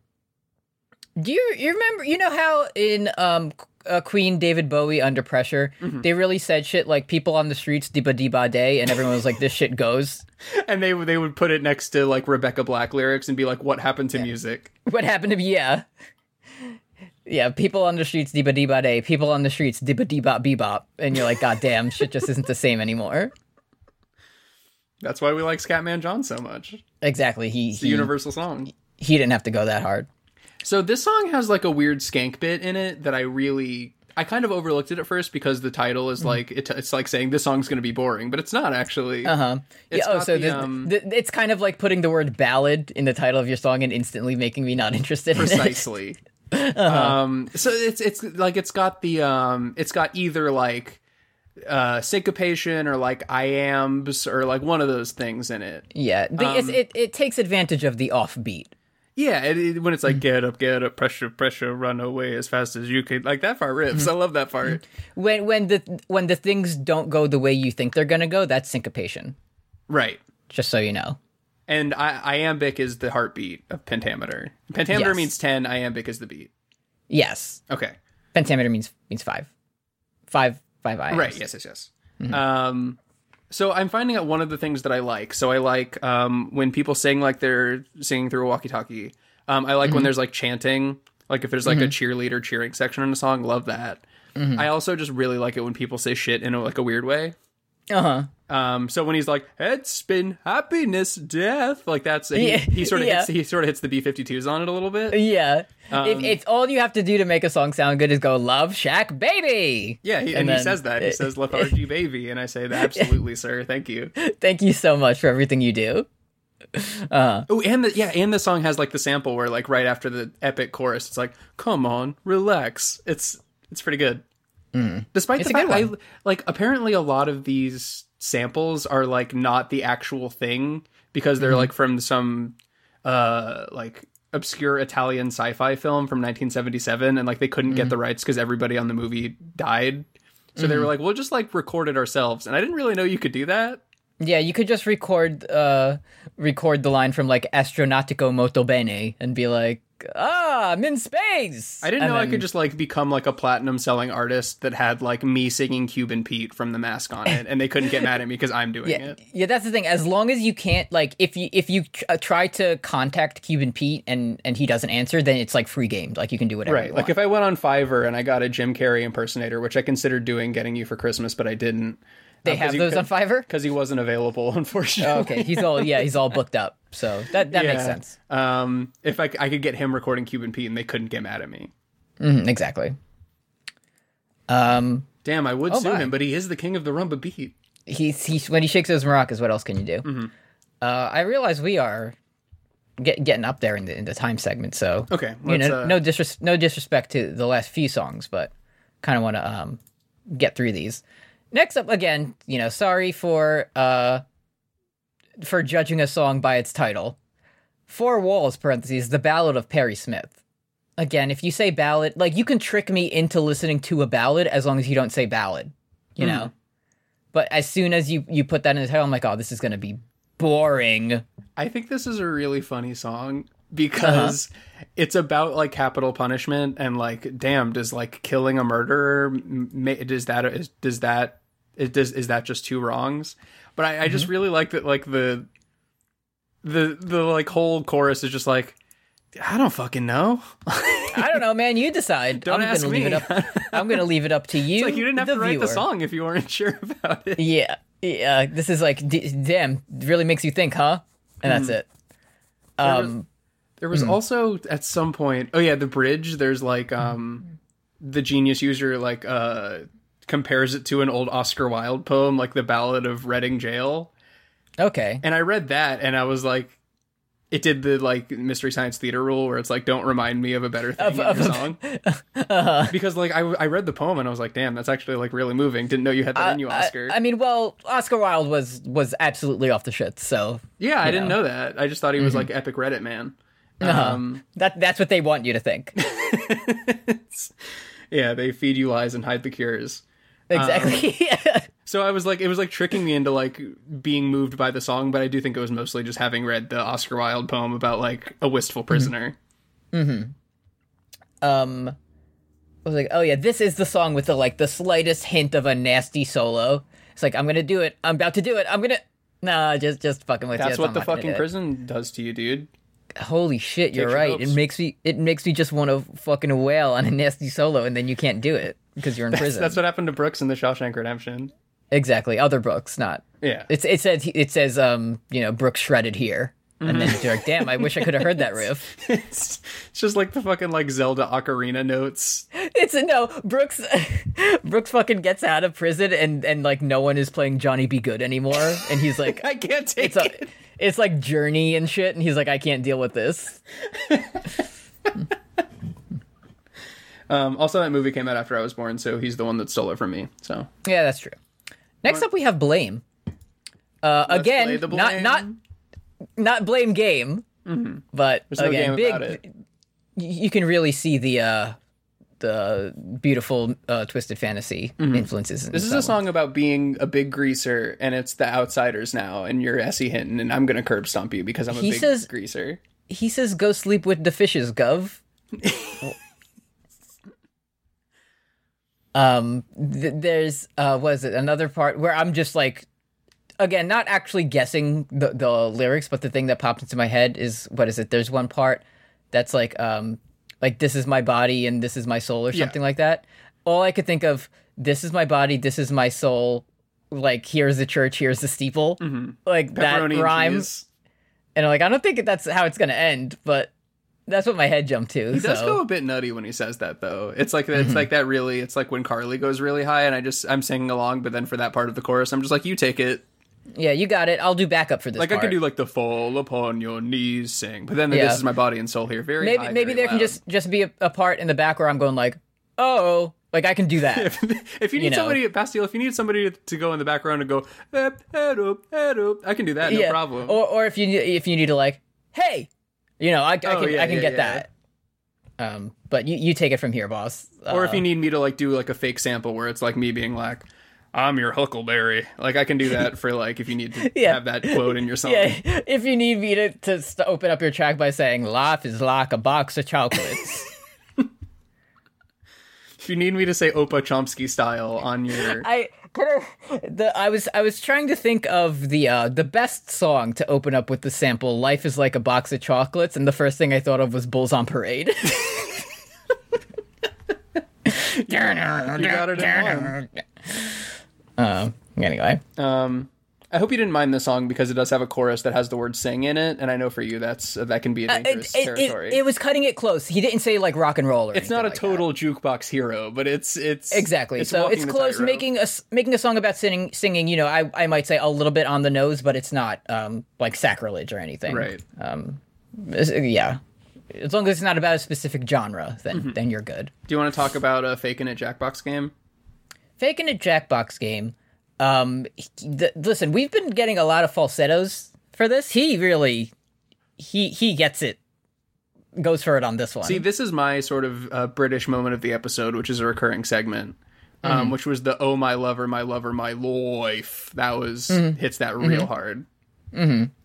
Speaker 1: do you you remember? You know how in um Q- uh, Queen David Bowie Under Pressure, they really said shit like "people on the streets deba deba day," and everyone was like, "This shit goes."
Speaker 2: And they they would put it next to like Rebecca Black lyrics and be like, "What happened to music?"
Speaker 1: What happened to me? Yeah, yeah. People on the streets deba deba day. People on the streets deba deba bebop, and you're like, "God damn, shit just isn't the same anymore."
Speaker 2: That's why we like Scatman John so much.
Speaker 1: Exactly. He
Speaker 2: The
Speaker 1: he,
Speaker 2: universal song.
Speaker 1: he didn't have to go that hard.
Speaker 2: So this song has like a weird skank bit in it that I really I kind of overlooked it at first because the title
Speaker 1: Mm-hmm.
Speaker 2: is like it, it's like saying this song's going to be boring, but it's not actually.
Speaker 1: Uh huh. Yeah.
Speaker 2: It's
Speaker 1: Oh,
Speaker 2: not
Speaker 1: so
Speaker 2: the,
Speaker 1: the-
Speaker 2: um,
Speaker 1: the- it's kind of like putting the word ballad in the title of your song and instantly making me not interested. In
Speaker 2: precisely. Um, so it's it's like it's got the um, it's got either like uh, syncopation or like iambs or like one of those things in it.
Speaker 1: it. Yeah. The,
Speaker 2: Um,
Speaker 1: it's, it it takes advantage of the offbeat.
Speaker 2: Yeah, it, it- when it's like get up, get up, pressure, pressure, run away as fast as you can. Like that part rips. I love that part.
Speaker 1: When when the when the things don't go the way you think they're gonna go, that's syncopation.
Speaker 2: Right.
Speaker 1: Just so you know.
Speaker 2: And I- iambic is the heartbeat of pentameter. Pentameter
Speaker 1: Yes.
Speaker 2: means ten. Iambic is the beat.
Speaker 1: Yes.
Speaker 2: Okay.
Speaker 1: Pentameter means means five. Five five ions.
Speaker 2: Right. Yes. Yes. Yes.
Speaker 1: Mm-hmm.
Speaker 2: Um, so I'm finding out one of the things that I like. So I like um, when people sing like they're singing through a walkie-talkie. Um, I like
Speaker 1: Mm-hmm.
Speaker 2: when there's like chanting. Like if there's like a cheerleader cheering section in a song, love that.
Speaker 1: Mm-hmm.
Speaker 2: I also just really like it when people say shit in a, like a weird way.
Speaker 1: Uh huh.
Speaker 2: Um, so when he's like head spin, happiness, death, like that's he,
Speaker 1: Yeah,
Speaker 2: he sort of
Speaker 1: yeah.
Speaker 2: hits, he sort of hits the B52s on it a little bit.
Speaker 1: Yeah.
Speaker 2: Um,
Speaker 1: if it's all you have to do to make a song sound good is go love Shack baby.
Speaker 2: Yeah, he, and, he
Speaker 1: then-
Speaker 2: says that he says lethargy baby, and I say that absolutely, sir, thank you.
Speaker 1: Thank you so much for everything you do.
Speaker 2: Oh, and the, yeah, and the song has like the sample where like right after the epic chorus, it's like, "Come on, relax." It's it's pretty good. Despite
Speaker 1: Hmm. It's
Speaker 2: the
Speaker 1: a good
Speaker 2: fact, I like apparently a lot of these samples are like not the actual thing because
Speaker 1: Mm-hmm.
Speaker 2: they're like from some uh like obscure Italian sci-fi film from 1977, and like they couldn't
Speaker 1: Mm-hmm.
Speaker 2: get the rights because everybody on the movie died. So they were like, "We'll just like record it ourselves," and I didn't really know you could do that.
Speaker 1: Yeah, you could just record uh record the line from like Astronautico Molto Bene and be like, Ah, I'm in space.
Speaker 2: I didn't know I could just like become like a platinum selling artist that had like me singing Cuban Pete from the mask on it, and they couldn't get mad at me because I'm doing
Speaker 1: yeah,
Speaker 2: it.
Speaker 1: yeah, that's the thing. As long as you can't like if you if you tr- uh, try to contact Cuban Pete and and he doesn't answer, then it's like free game. Like you can do whatever
Speaker 2: Right.
Speaker 1: you
Speaker 2: Like
Speaker 1: want.
Speaker 2: if I went on Fiverr and I got a Jim Carrey impersonator, which I considered doing getting you for Christmas, but I didn't.
Speaker 1: they have those on Fiverr.
Speaker 2: Because he wasn't available, unfortunately.
Speaker 1: Okay, he's all yeah, he's all booked up. So that that makes
Speaker 2: Oh. Yeah.
Speaker 1: sense.
Speaker 2: Um, if I, c- I could get him recording Cuban Pete and they couldn't get mad at me.
Speaker 1: Mhm, exactly. Um
Speaker 2: Damn, I would sue
Speaker 1: my. Oh
Speaker 2: him, but he is the king of the rumba beat.
Speaker 1: he's, he's when he shakes those maracas. What else can you do? Uh, I realize we are get, getting up there in the in the time segment. So
Speaker 2: Okay,
Speaker 1: you
Speaker 2: let's,
Speaker 1: know,
Speaker 2: uh,
Speaker 1: no disres- no disrespect to the last few songs, but kind of want to um get through these. Next up, again, you know, sorry for uh for judging a song by its title. Four Walls parentheses the Ballad of Perry Smith. Again, if you say ballad, like you can trick me into listening to a ballad as long as you don't say ballad,
Speaker 2: Hmm.
Speaker 1: you know. But as soon as you you put that in the title, I'm like, oh, this is gonna be boring.
Speaker 2: I think this is a really funny song
Speaker 1: Uh-huh.
Speaker 2: because it's about like capital punishment and like damn does like killing a murderer m- ma- does that is does that it does is that just two wrongs but I, I
Speaker 1: Mm-hmm.
Speaker 2: just really like that like the the the like whole chorus is just like I don't fucking know
Speaker 1: I don't know, man. You decide.
Speaker 2: Don't
Speaker 1: I'm
Speaker 2: ask
Speaker 1: gonna leave
Speaker 2: me.
Speaker 1: it up. I'm gonna leave it up to you.
Speaker 2: like you didn't have
Speaker 1: the
Speaker 2: to write the
Speaker 1: viewer.
Speaker 2: song if you weren't sure about it
Speaker 1: Yeah, yeah. This is like, d- damn, really makes you think, huh? And
Speaker 2: Hmm.
Speaker 1: that's it. Um,
Speaker 2: There was also at some point, oh yeah, the bridge. There's like
Speaker 1: Hmm.
Speaker 2: um, the genius user like uh compares it to an old Oscar Wilde poem, like the Ballad of Reading Jail.
Speaker 1: okay.
Speaker 2: And I read that, and I was like, it did the like Mystery Science Theater rule, where it's like, don't remind me of a better thing in
Speaker 1: of
Speaker 2: your
Speaker 1: a- Uh-huh.
Speaker 2: song, because like I I read the poem and I was like, damn, that's actually like really moving. Didn't know you had that in you,
Speaker 1: I-
Speaker 2: Oscar.
Speaker 1: I, mean, well, Oscar Wilde was was absolutely off the shit. So
Speaker 2: yeah, I didn't know that. I just thought he was like epic Reddit man. Um,
Speaker 1: that that's what they want you to think.
Speaker 2: yeah, they feed you lies and hide the cures.
Speaker 1: Exactly.
Speaker 2: So I was like, it was like tricking me into like being moved by the song, but I do think it was mostly just having read the Oscar Wilde poem about like a wistful
Speaker 1: Mhm.
Speaker 2: prisoner.
Speaker 1: um, I was like, oh yeah, this is the song with the like the slightest hint of a nasty solo. It's like I'm gonna do it. I'm about to do it. I'm gonna. Nah, just just fucking with you.
Speaker 2: That's
Speaker 1: I'm
Speaker 2: what the
Speaker 1: not gonna do
Speaker 2: fucking
Speaker 1: it.
Speaker 2: prison does to you, dude.
Speaker 1: holy shit you're
Speaker 2: your
Speaker 1: right
Speaker 2: hopes.
Speaker 1: it makes me it makes me just want to fucking wail on a nasty solo and then you can't do it because you're in prison
Speaker 2: That's what happened to Brooks in The Shawshank Redemption.
Speaker 1: exactly other brooks not
Speaker 2: Yeah.
Speaker 1: it's, it says it says um you know brooks shredded here and then you're like damn i wish i could have heard that riff
Speaker 2: It's, it's just like the fucking like Zelda ocarina notes.
Speaker 1: it's no brooks brooks fucking gets out of prison and and like no one is playing johnny be good anymore and he's like
Speaker 2: I can't take
Speaker 1: it's, a,
Speaker 2: it.
Speaker 1: it's like journey and shit and he's like i can't deal with this
Speaker 2: Um, also, that movie came out after I was born, so he's the one that stole it from me. So
Speaker 1: Yeah, that's true. Next up, we have blame. Uh, again,
Speaker 2: play the blame. Mm-hmm.
Speaker 1: not not not blame game, but
Speaker 2: no
Speaker 1: again,
Speaker 2: game
Speaker 1: big.
Speaker 2: about it.
Speaker 1: y- You can really see the uh, the beautiful uh, twisted fantasy influences. In
Speaker 2: Mm-hmm. this is a song about being a big greaser, and it's the Outsiders now, and you're Essie Hinton, and I'm gonna curb stomp you because I'm a
Speaker 1: He
Speaker 2: big
Speaker 1: says-
Speaker 2: greaser.
Speaker 1: He says, "Go sleep with the fishes, Gov." um, th- there's uh, was it another part where I'm just like, again, not actually guessing the the lyrics, but the thing that popped into my head is what is it? There's one part that's like, um, like this is my body and this is my soul or something like that. All I could think of, this is my body, this is my soul. Like here's the church, here's the steeple. Like
Speaker 2: Mm-hmm. Pepperoni
Speaker 1: that
Speaker 2: and
Speaker 1: rhymes
Speaker 2: cheese.
Speaker 1: and I'm like, I don't think that's how it's gonna end, but that's what my head jumped to.
Speaker 2: He does
Speaker 1: so Mhm.
Speaker 2: go a bit nutty when he says that, though. It's like it's like that really. It's like when Carly goes really high, and I just I'm singing along, but then for that part of the chorus, I'm just like, you take it.
Speaker 1: yeah, you got it. I'll do backup for this.
Speaker 2: Like I could
Speaker 1: part.
Speaker 2: do like the fall upon your knees sing, but then
Speaker 1: Yeah.
Speaker 2: this is my body and soul here. Very
Speaker 1: maybe
Speaker 2: high,
Speaker 1: maybe
Speaker 2: very
Speaker 1: there can
Speaker 2: loud.
Speaker 1: just just be a, a part in the back where I'm going like, oh, like I can do that.
Speaker 2: if you need
Speaker 1: know.
Speaker 2: somebody at Bastille, if you need somebody to go in the background and go, eh, head up, head up, I can do that, no
Speaker 1: yeah. Oh,
Speaker 2: problem.
Speaker 1: Or or if you if you need to like, hey, you know, I, I can
Speaker 2: Oh, yeah,
Speaker 1: I can
Speaker 2: yeah,
Speaker 1: get
Speaker 2: yeah.
Speaker 1: that. Um, but you you take it from here, boss.
Speaker 2: or
Speaker 1: Uh,
Speaker 2: if you need me to like do like a fake sample where it's like me being like, I'm your Huckleberry, like I can do that for like if you need to
Speaker 1: Yeah.
Speaker 2: have that quote in your song.
Speaker 1: yeah, if you need me to, to st- open up your track by saying "Life is like a box of chocolates,"
Speaker 2: If you need me to say Opa Chomsky style on your
Speaker 1: I kind of the I was I was trying to think of the uh the best song to open up with the sample "Life is like a box of chocolates," and the first thing I thought of was "Bulls on Parade." you
Speaker 2: got it in one.
Speaker 1: Uh, anyway,
Speaker 2: Um, I hope you didn't mind the song because it does have a chorus that has the word "sing" in it, and I know for you that's that can be a
Speaker 1: Uh, It,
Speaker 2: dangerous
Speaker 1: it,
Speaker 2: territory.
Speaker 1: it, it was cutting it close. He didn't say like rock and roll or
Speaker 2: it's not a
Speaker 1: total.
Speaker 2: total jukebox hero, but it's it's
Speaker 1: Exactly. so
Speaker 2: walking
Speaker 1: it's
Speaker 2: the
Speaker 1: close.
Speaker 2: tightrope.
Speaker 1: Making a s- making a song about singing, singing. You know, I I might say a little bit on the nose, but it's not um like sacrilege or anything.
Speaker 2: Right.
Speaker 1: Um, it's- yeah. As long as it's not about a specific genre, then then you're good.
Speaker 2: Do you want to talk about a faking it Jackbox game?
Speaker 1: Faking a Jackbox game. Um, he- the, listen, we've been getting a lot of falsettos for this. He really, he he gets it, goes for it on this one.
Speaker 2: See, this is my sort of uh, British moment of the episode, which is a recurring segment,
Speaker 1: Mm-hmm.
Speaker 2: um, which was the "Oh my lover, my lover, my life." That was
Speaker 1: Mm-hmm.
Speaker 2: hits that real hard.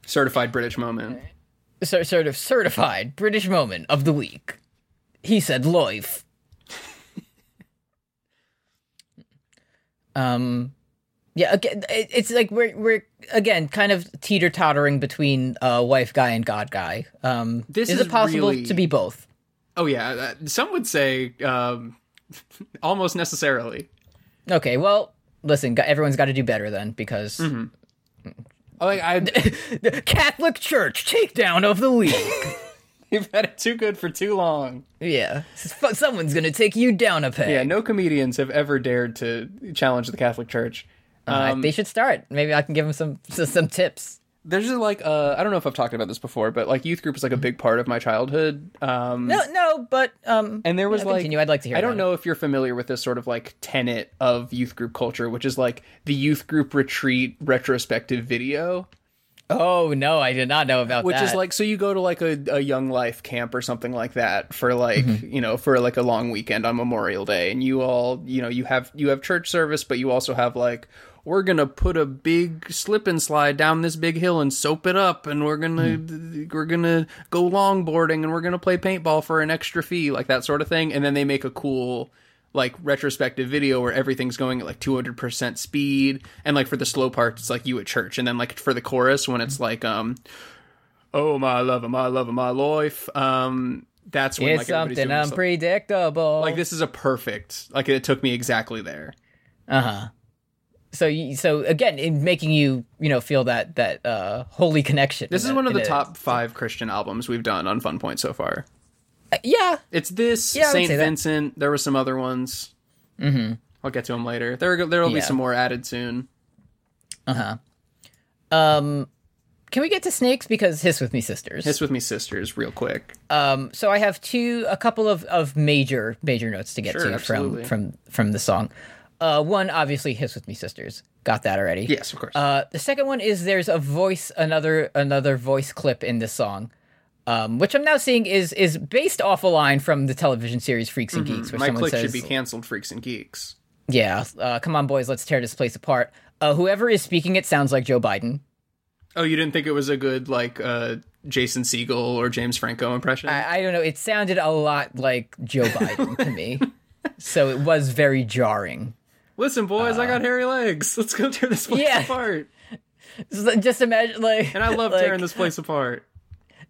Speaker 2: Certified British moment.
Speaker 1: cer- sort of certified British moment of the week. He said "life." um, yeah. Again, it- it's like we're we're again kind of teeter tottering between uh, wife guy and god guy. Um,
Speaker 2: This
Speaker 1: is,
Speaker 2: is
Speaker 1: it possible
Speaker 2: really-
Speaker 1: to be both?
Speaker 2: Oh yeah, that, some would say um, almost necessarily.
Speaker 1: Okay. Well, listen, g- everyone's got to do better then because
Speaker 2: Mm-hmm. Oh, Like I,
Speaker 1: the Catholic Church takedown of the week.
Speaker 2: you've had it too good for too long.
Speaker 1: yeah, S- someone's gonna take you down a peg.
Speaker 2: Yeah, no comedians have ever dared to challenge the Catholic Church.
Speaker 1: Uh,
Speaker 2: um,
Speaker 1: they should start. Maybe I can give them some some tips.
Speaker 2: There's just like uh, I don't know if I've talked about this before, but like youth group is like a big part of my childhood. Um,
Speaker 1: No, no, but um,
Speaker 2: And there was
Speaker 1: yeah,
Speaker 2: like
Speaker 1: continue. I'd like to hear
Speaker 2: I don't
Speaker 1: about
Speaker 2: know if you're familiar with this sort of like tenet of youth group culture, which is like the youth group retreat retrospective video,
Speaker 1: Oh no, I did not know about
Speaker 2: which
Speaker 1: that.
Speaker 2: is like so you go to like a, a young life camp or something like that for like you know for like a long weekend on Memorial Day, and you all you know you have you have church service, but you also have like we're gonna put a big slip and slide down this big hill and soap it up, and we're gonna we're gonna go longboarding, and we're gonna play paintball for an extra fee, like that sort of thing, and then they make a cool like retrospective video where everything's going at like 200% speed and like for the slow parts it's like you at church and then like for the chorus when it's like um oh my lover my lover my life um that's when
Speaker 1: it's
Speaker 2: like everybody's
Speaker 1: something
Speaker 2: doing this-
Speaker 1: unpredictable.
Speaker 2: like this is a perfect like it took me exactly there
Speaker 1: uh huh. So, you, so again, in making you, you know, feel that that uh, holy connection.
Speaker 2: this is
Speaker 1: in
Speaker 2: one of
Speaker 1: in
Speaker 2: the top five christian albums we've done on fun point so far
Speaker 1: Uh, Yeah,
Speaker 2: it's this
Speaker 1: Yeah, I would
Speaker 2: saint
Speaker 1: say that.
Speaker 2: vincent there were some other ones mm-hmm i'll get to them later there there'll be
Speaker 1: Yeah.
Speaker 2: some more added soon
Speaker 1: Um, can we get to snakes because hiss with me, sisters?
Speaker 2: hiss with me sisters real quick
Speaker 1: Um, so I have two, a couple of, of major major notes to get
Speaker 2: Sure,
Speaker 1: to
Speaker 2: absolutely.
Speaker 1: from from from the song. Uh, one obviously, hiss with me, sisters. Got that already.
Speaker 2: yes of course
Speaker 1: Uh, the second one is there's a voice, another another voice clip in this song, um, which I'm now seeing is is based off a line from the television series Freaks and Geeks, where
Speaker 2: Mm-hmm. my
Speaker 1: someone
Speaker 2: click
Speaker 1: says,
Speaker 2: should be canceled freaks and geeks
Speaker 1: "Yeah, uh, come on, boys, let's tear this place apart." Uh, whoever is speaking it sounds like Joe Biden.
Speaker 2: Oh, you didn't think it was a good like uh Jason Siegel or James Franco impression?
Speaker 1: I, I don't know. It sounded a lot like Joe Biden to me, so it was very jarring.
Speaker 2: Listen, boys, I got hairy legs. Let's go tear this place
Speaker 1: Uh. Yeah.
Speaker 2: apart.
Speaker 1: So Just imagine, like,
Speaker 2: And I love
Speaker 1: like,
Speaker 2: tearing this place apart.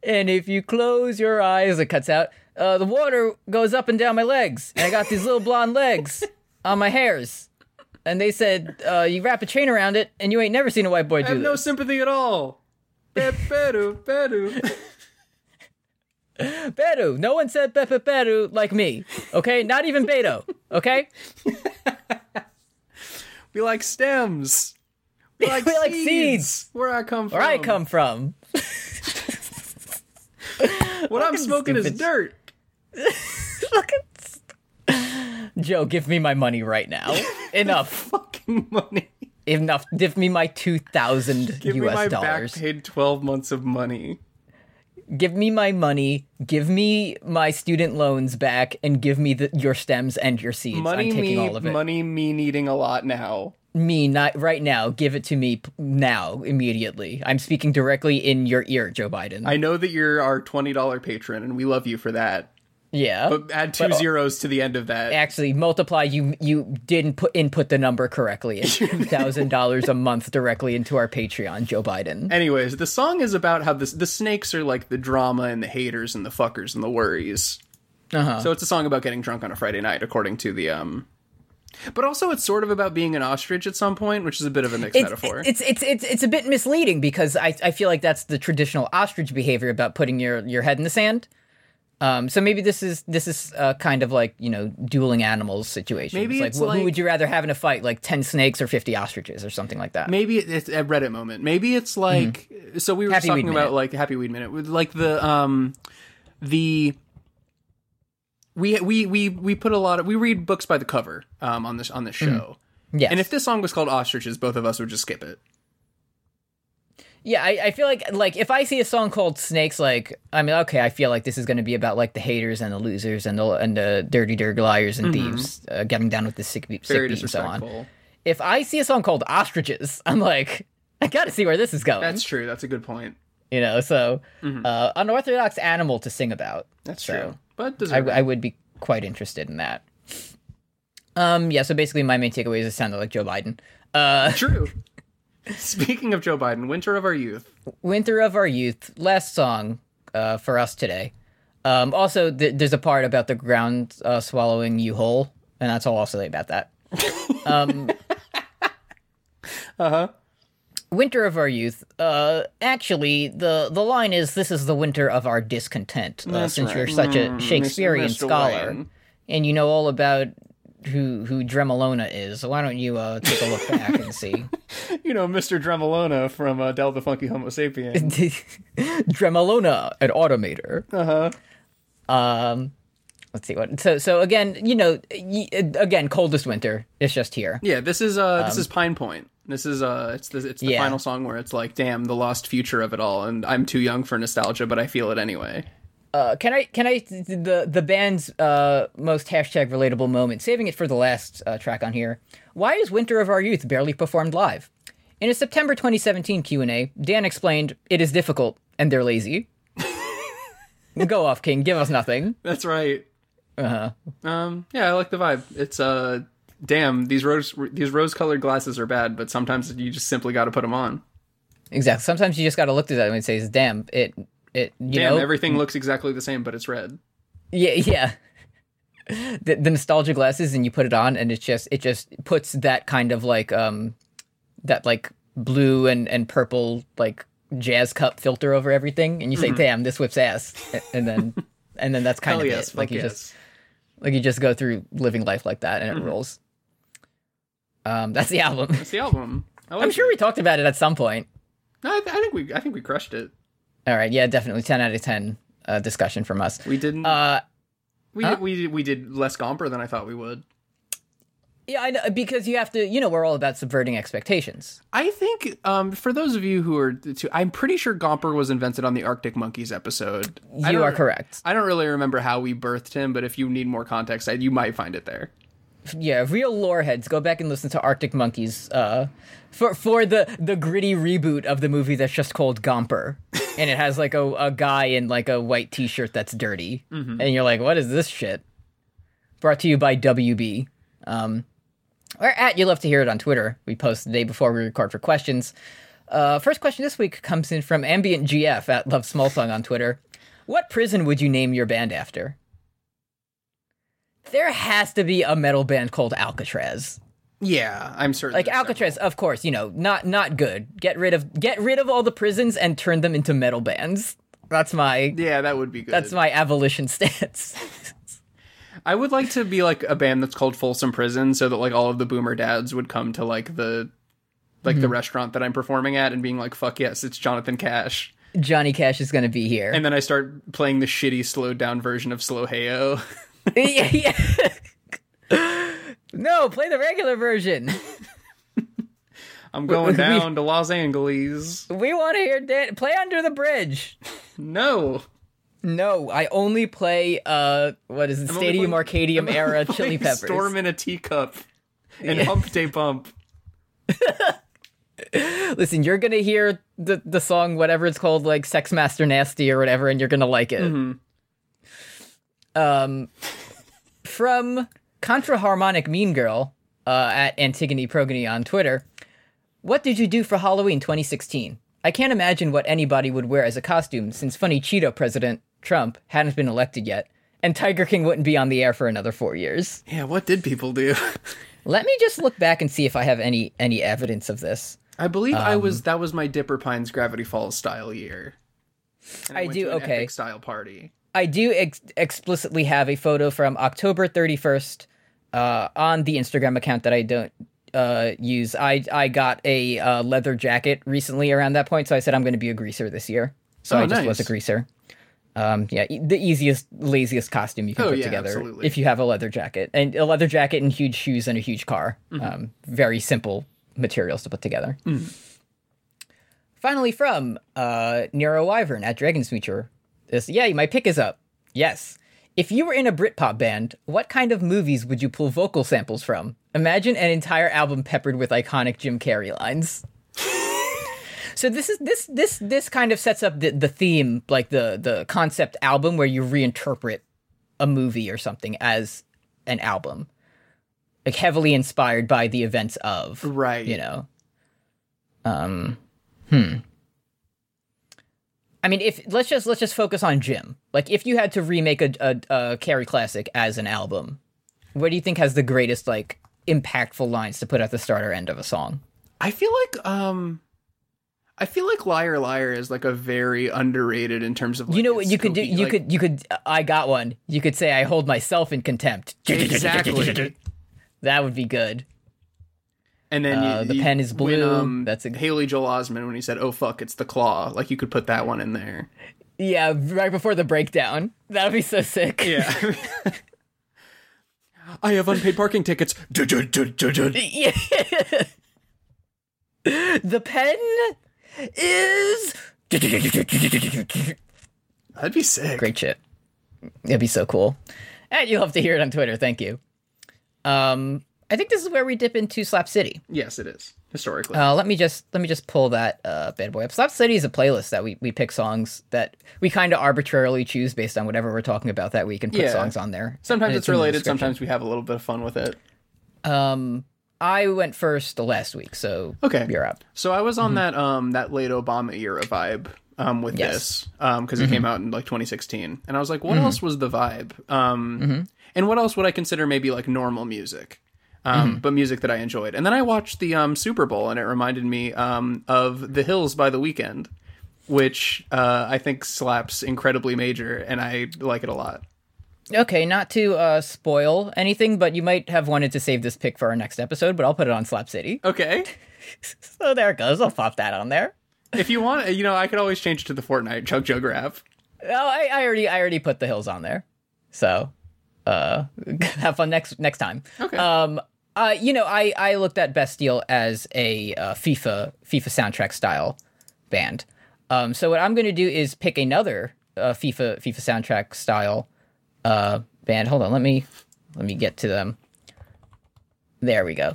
Speaker 1: And if you close your eyes, it cuts out. Uh, the water goes up and down my legs, and I got these little blonde legs on my hairs. And they said, uh, "You wrap a chain around it, and you ain't never seen a white boy
Speaker 2: I
Speaker 1: do
Speaker 2: have no
Speaker 1: this."
Speaker 2: sympathy at all. Be- Beru, beru.
Speaker 1: Beto, no one said Pepe Beto like me. Okay, not even Beto. Okay,
Speaker 2: we like stems. We like,
Speaker 1: We like
Speaker 2: seeds. Where I come from.
Speaker 1: where I come from.
Speaker 2: What I'm smoking is
Speaker 1: stupid.
Speaker 2: dirt.
Speaker 1: Look at- Joe, give me my money right now. Enough,
Speaker 2: Fucking money.
Speaker 1: enough. Give me my two thousand
Speaker 2: Give me my
Speaker 1: U.S. dollars.
Speaker 2: back paid twelve months of money.
Speaker 1: give me my money, give me my student loans back, and give me the, your stems and your seeds.
Speaker 2: Money
Speaker 1: I'm taking
Speaker 2: me
Speaker 1: all of it.
Speaker 2: money me needing a lot now.
Speaker 1: Me, not right now. Give it to me p- now, immediately. I'm speaking directly in your ear, Joe Biden.
Speaker 2: I know that you're our twenty dollar patron and we love you for that.
Speaker 1: yeah.
Speaker 2: But add two zeros to the end of that.
Speaker 1: Actually, multiply. You you didn't put input the number correctly. It's two thousand dollars a month directly into our Patreon, Joe Biden.
Speaker 2: Anyways, the song is about how this, the snakes are like the drama and the haters and the fuckers and the worries. Uh-huh. So it's a song about getting drunk on a Friday night, according to the um, But also, it's sort of about being an ostrich at some point, which is a bit of a mixed
Speaker 1: It's,
Speaker 2: metaphor.
Speaker 1: it's it's it's it's a bit misleading because I, I feel like that's the traditional ostrich behavior about putting your, your head in the sand. Um, so maybe this is this is uh, kind of like you know dueling animals situation.
Speaker 2: Maybe
Speaker 1: like,
Speaker 2: it's
Speaker 1: wh- who
Speaker 2: like-
Speaker 1: would you rather have in a fight, like ten snakes or fifty ostriches or something like that?
Speaker 2: Maybe it- it's a Reddit moment. Maybe it's like so we were just
Speaker 1: Mm-hmm. Happy Weed
Speaker 2: talking about
Speaker 1: Minute.
Speaker 2: like Happy Weed Minute, with, like the um the we we we we put a lot of we read books by the cover um on this on this
Speaker 1: Mm-hmm.
Speaker 2: show.
Speaker 1: Yes.
Speaker 2: And if this song was called Ostriches, both of us would just skip it.
Speaker 1: Yeah, I, I feel like like if I see a song called Snakes, like I mean, okay, I feel like this is going to be about like the haters and the losers and the and the dirty dirty liars and thieves uh, getting down with the sick, be-
Speaker 2: Mm-hmm. Very
Speaker 1: sick beat and so on.
Speaker 2: disrespectful.
Speaker 1: If I see a song called Ostriches, I'm like, I got to see where this is going.
Speaker 2: That's true. That's a good point.
Speaker 1: you know, so uh, unorthodox animal to sing about.
Speaker 2: That's
Speaker 1: So,
Speaker 2: true. But
Speaker 1: I,
Speaker 2: deserving.
Speaker 1: w- I would be quite interested in that. Um, yeah. So basically, my main takeaway is it sounded like Joe Biden. Uh,
Speaker 2: true. Speaking of Joe Biden, winter of our youth.
Speaker 1: Winter of Our Youth, last song uh, for us today. Um, also, th- there's a part about the ground uh, swallowing you whole, and that's all I'll say about that. um, uh-huh. Winter of Our Youth. Uh, actually, the, the line is, this is the winter of our discontent, uh, since
Speaker 2: right.
Speaker 1: you're such a Shakespearean
Speaker 2: Mr.
Speaker 1: scholar,
Speaker 2: Wayne.
Speaker 1: and you know all about who, who Dremolona is. Why don't you uh, take a look back and see?
Speaker 2: You know, Mr. Dremolona from uh, Del the Funky Homo Sapien.
Speaker 1: Dremolona, an automator. Uh-huh. Um, let's see what. So, so again, you know, y- again, coldest winter. It's just here.
Speaker 2: Yeah, this is uh this is Pine Point. This is uh it's the it's the
Speaker 1: Yeah.
Speaker 2: final song where it's like, damn, the lost future of it all, and I'm too young for nostalgia, but I feel it anyway.
Speaker 1: Uh, can I? Can I? The the band's uh most hashtag relatable moment. Saving it for the last uh, track on here. Why is Winter of Our Youth barely performed live? In a September 2017 Q and A, Dan explained it is difficult and they're lazy. Go off, King. Give us nothing.
Speaker 2: That's right. Uh huh. Um yeah, I like the vibe. It's uh damn these rose these rose colored glasses are bad, but sometimes you just simply got to put them on.
Speaker 1: Exactly. Sometimes you just got to look through that and say, "Damn it." It you
Speaker 2: Damn,
Speaker 1: know
Speaker 2: everything looks exactly the same, but it's red.
Speaker 1: Yeah, yeah. The, the nostalgia glasses, and you put it on, and it's just it just puts that kind of like um that like blue and and purple like jazz cup filter over everything, and you say, "Damn, this whips ass," A- and then and then that's kind
Speaker 2: Mm-hmm. Hell
Speaker 1: of
Speaker 2: yes,
Speaker 1: it. Like
Speaker 2: fuck
Speaker 1: you
Speaker 2: yes. Mm-hmm.
Speaker 1: just like you just go through living life like that, and it rolls. Um, that's the album.
Speaker 2: It's the album. I like
Speaker 1: I'm sure
Speaker 2: it.
Speaker 1: we talked about it at some point.
Speaker 2: No, I, th- I think we I think we crushed it.
Speaker 1: All right, yeah, definitely ten out of ten uh, discussion from us.
Speaker 2: We didn't.
Speaker 1: Uh,
Speaker 2: we we we did less gomper than I thought we would.
Speaker 1: yeah, I know because you have to. You know, we're all about subverting expectations.
Speaker 2: I think um, for those of you who are, too, I'm pretty sure Gomper was invented on the Arctic Monkeys episode. I
Speaker 1: You
Speaker 2: don't-
Speaker 1: are correct.
Speaker 2: I don't really remember how we birthed him, but if you need more context, I, you might find it there.
Speaker 1: Yeah, real lore heads, go back and listen to Arctic Monkeys uh, for for the the gritty reboot of the movie that's just called Gomper, and it has like a, a guy in like a white t shirt that's dirty, and you're like, what is this shit? Brought to you by WB. Um, or at you love to hear it on Twitter. We post the day before we record for questions. Uh, first question this week comes in from Ambient GF at Love Small Song on Twitter. What prison would you name your band after? There has to be a metal band called Alcatraz.
Speaker 2: Yeah, I'm certain.
Speaker 1: Like
Speaker 2: there's
Speaker 1: Alcatraz, of course, you know, not not good. Get rid of get rid of all the prisons and turn them into metal bands. That's my
Speaker 2: several. Yeah, that would be good.
Speaker 1: that's my abolition stance.
Speaker 2: I would like to be like a band that's called Folsom Prison, so that like all of the boomer dads would come to like the like the restaurant that I'm performing at and being like, "Fuck yes, it's Jonathan Cash."
Speaker 1: Johnny Cash is going to be here.
Speaker 2: And then I start playing the shitty slowed down version of Slow Heyo.
Speaker 1: yeah, yeah. no, play the regular version.
Speaker 2: I'm going down to Los Angeles.
Speaker 1: We want to hear Dan play Under the Bridge.
Speaker 2: No.
Speaker 1: No, I only play uh what is it?
Speaker 2: only
Speaker 1: Stadium
Speaker 2: playing-
Speaker 1: Arcadium era Chili Peppers.
Speaker 2: Storm in a teacup and hump day bump.
Speaker 1: listen, you're gonna hear the the song, whatever it's called, like Sex Master Nasty or whatever, and you're gonna like it. Um, from Contraharmonic Mean Girl uh, at Antigone Progony on Twitter. What did you do for Halloween 2016? I can't imagine what anybody would wear as a costume since funny Cheeto president Trump hadn't been elected yet, and Tiger King wouldn't be on the air for another four years.
Speaker 2: Yeah, what did people do?
Speaker 1: Let me just look back and see if I have any any evidence of this.
Speaker 2: I believe I
Speaker 1: Um,
Speaker 2: was that was my Dipper Pines Gravity Falls style year. And
Speaker 1: I
Speaker 2: went
Speaker 1: do-
Speaker 2: to an
Speaker 1: okay.
Speaker 2: epic style party.
Speaker 1: I do ex- explicitly have a photo from October 31st uh, on the Instagram account that I don't uh, use. I I got a uh, leather jacket recently around that point, so I said I'm going to be a greaser this year. So
Speaker 2: Oh,
Speaker 1: I just was a
Speaker 2: nice.
Speaker 1: greaser. Um, yeah, e- the easiest, laziest costume you can
Speaker 2: Oh,
Speaker 1: put
Speaker 2: yeah,
Speaker 1: together
Speaker 2: absolutely.
Speaker 1: if you have a leather jacket and a leather jacket and huge shoes and a huge car.
Speaker 2: Mm-hmm.
Speaker 1: Um, very simple materials to put together. Finally, from uh, Nero Wyvern at Dragon's Future. This, yay, my pick is up. Yes. If you were in a Britpop band, what kind of movies would you pull vocal samples from? Imagine an entire album peppered with iconic Jim Carrey lines. so this is this this this kind of sets up the, the theme, like the the concept album where you reinterpret a movie or something as an album. Like heavily inspired by the events of
Speaker 2: Right.
Speaker 1: you know um hmm i mean if let's just let's just focus on jim like if you had to remake a, a, a carrie classic as an album what do you think has the greatest like impactful lines to put at the start or end of a song
Speaker 2: I feel like um I feel like Liar Liar is like a very underrated in terms of like,
Speaker 1: you know what
Speaker 2: its
Speaker 1: you could do
Speaker 2: spooky,
Speaker 1: you
Speaker 2: like-
Speaker 1: could you could i got one you could say i hold myself in contempt
Speaker 2: Exactly.
Speaker 1: that would be good
Speaker 2: And then
Speaker 1: Uh,
Speaker 2: you,
Speaker 1: the
Speaker 2: you-
Speaker 1: pen is
Speaker 2: when,
Speaker 1: blue.
Speaker 2: um,
Speaker 1: That's a-
Speaker 2: Haley Joel Osment when he said, "Oh fuck, it's the claw." Like you could put that one in there.
Speaker 1: yeah right before the breakdown that would be so sick
Speaker 2: Yeah. I have unpaid parking tickets.
Speaker 1: Yeah. the pen is
Speaker 2: That'd be sick.
Speaker 1: great shit. It'd be so cool. And you'll have to hear it on Twitter. Thank you. Um, I think this is where we dip into Slap City.
Speaker 2: Yes, it is historically.
Speaker 1: Uh, let me just let me just pull that uh, bad boy up. Slap City is a playlist that we, we pick songs that we kind of arbitrarily choose based on whatever we're talking about that week and put
Speaker 2: Yeah.
Speaker 1: songs on there.
Speaker 2: sometimes
Speaker 1: And
Speaker 2: it's
Speaker 1: in the
Speaker 2: related.
Speaker 1: description.
Speaker 2: Sometimes we have a little bit of fun with it.
Speaker 1: Um, I went first last week, so
Speaker 2: Okay.
Speaker 1: you're up.
Speaker 2: So I was on that um that late Obama era vibe um with
Speaker 1: Mm-hmm. Yes. Mm-hmm.
Speaker 2: this um because it came out in like 2016, and I was like, what else was the vibe? Um,
Speaker 1: Mm-hmm.
Speaker 2: and what else would I consider maybe like normal music?
Speaker 1: Mm-hmm.
Speaker 2: Um, but music that I enjoyed. And then I watched the um Super Bowl, and it reminded me um of The Hills by The Weekend, which uh I think slaps incredibly major, and I like it a lot.
Speaker 1: Okay, not to uh, spoil anything, but you might have wanted to save this pick for our next episode, but I'll put it on Slap City.
Speaker 2: Okay.
Speaker 1: So there it goes. I'll pop that on there.
Speaker 2: if you want, you know, I could always change it to the Fortnite Chug Jug rap.
Speaker 1: Oh, I, I already I already put the hills on there. So uh have fun next next time.
Speaker 2: Okay.
Speaker 1: Um uh you know, I I looked at Best Deal as a uh, FIFA FIFA soundtrack style band. Um so what I'm going to do is pick another uh, FIFA FIFA soundtrack style uh band. Hold on, let me let me get to them. There we go.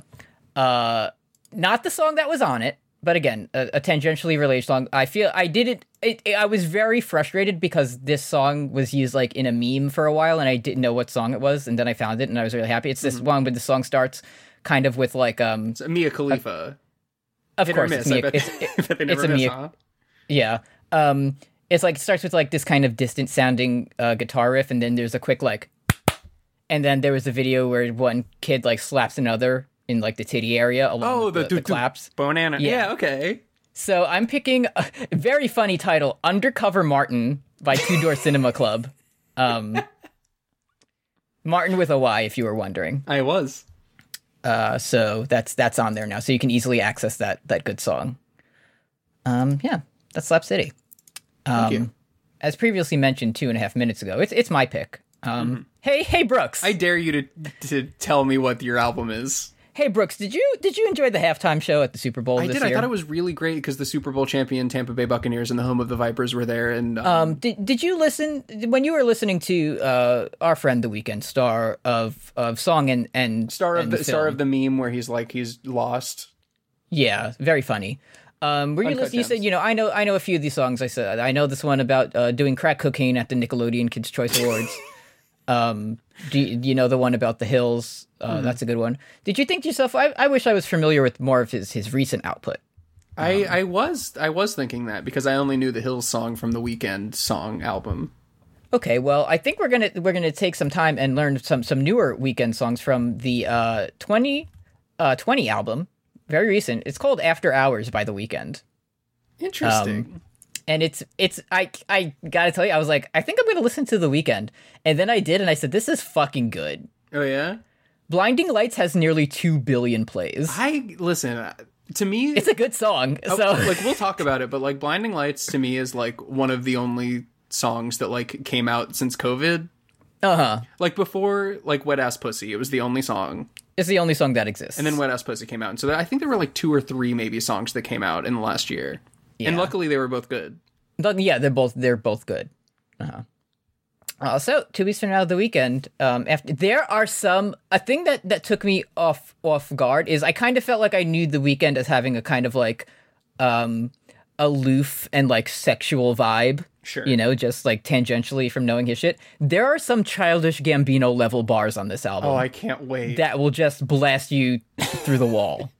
Speaker 1: Uh not the song that was on it, but again, a, a tangentially related song. I feel I did it, it, it- I was very frustrated because this song was used like in a meme for a while, and I didn't know what song it was, and then I found it, and I was really happy. It's this one when the song starts, kind of with like um,
Speaker 2: Mm-hmm. It's Mia Khalifa.
Speaker 1: of
Speaker 2: Hit or
Speaker 1: course,
Speaker 2: miss.
Speaker 1: it's me.
Speaker 2: I bet,
Speaker 1: It's,
Speaker 2: I bet they never
Speaker 1: a
Speaker 2: miss,
Speaker 1: Mia-
Speaker 2: huh?
Speaker 1: Yeah. Um it's like it starts with like this kind of distant sounding uh, guitar riff and then there's a quick like and then there was a video where one kid like slaps another in like the titty area along
Speaker 2: Oh,
Speaker 1: with
Speaker 2: the
Speaker 1: the, the,
Speaker 2: doo-doo.
Speaker 1: claps.
Speaker 2: Banana. Yeah. okay.
Speaker 1: So I'm picking a very funny title, Undercover Martin by Two Door Cinema Club. Um Martin with a Y if you were wondering.
Speaker 2: I was.
Speaker 1: Uh, so that's that's on there now, so you can easily access that that good song. Um, yeah, that's Slap City. Um,
Speaker 2: you.
Speaker 1: As previously mentioned, two and a half minutes ago, it's it's my pick. Um, hey hey Brooks,
Speaker 2: Mm-hmm. I dare you to to tell me what your album is.
Speaker 1: hey Brooks, did you did you enjoy the halftime show at the Super Bowl
Speaker 2: I
Speaker 1: this
Speaker 2: did.
Speaker 1: year?
Speaker 2: I thought it was really great because the Super Bowl champion Tampa Bay Buccaneers and the home of the Vipers were there. And um,
Speaker 1: um, did did you listen when you were listening to uh, our friend the Weekend Star of of song and and
Speaker 2: star of
Speaker 1: and
Speaker 2: the star
Speaker 1: film?
Speaker 2: of the meme where he's like he's lost.
Speaker 1: Yeah, very funny. Um, were you
Speaker 2: Uncut
Speaker 1: listening? You said
Speaker 2: Gems.
Speaker 1: you know I know I know a few of these songs. I said I know this one about uh, doing crack cocaine at the Nickelodeon Kids Choice Awards. um, do you, do you know the one about the hills? Uh,
Speaker 2: Mm-hmm.
Speaker 1: That's a good one. Did you think to yourself? I, I wish I was familiar with more of his his recent output.
Speaker 2: I, I was I was thinking that because I only knew the Hills song from the Weekend song album.
Speaker 1: Okay, well, I think we're gonna we're gonna take some time and learn some some newer weekend songs from the uh, 20 uh, 20 album, very recent. It's called After Hours by The Weekend.
Speaker 2: Interesting.
Speaker 1: And it's it's I I gotta tell you, I was like, I think I'm gonna listen to The Weekend, and then I did, and I said, this is fucking good.
Speaker 2: oh yeah.
Speaker 1: Blinding Lights has nearly two billion plays.
Speaker 2: I Oh, listen uh, to me.
Speaker 1: It's a good song. So
Speaker 2: like we'll talk about it, but like Blinding Lights to me is like one of the only songs that like came out since COVID.
Speaker 1: uh huh.
Speaker 2: Like before, like Wet Ass Pussy, it was the only song,
Speaker 1: It's the only song that exists.
Speaker 2: and then Wet Ass Pussy came out. And so I think there were like two or three maybe songs that came out in the last year, and
Speaker 1: Yeah.
Speaker 2: luckily they were both good.
Speaker 1: But yeah, they're both they're both good. Uh-huh. Uh, so two weeks from now, the weekend. Um, after there are some a thing that that took me off off guard is I kind of felt like I knew the weekend as having a kind of like um aloof and like sexual vibe.
Speaker 2: Sure.
Speaker 1: You know, just like tangentially from knowing his shit. There are some childish Gambino level bars on this album
Speaker 2: Oh, I can't wait.
Speaker 1: that will just blast you through the wall.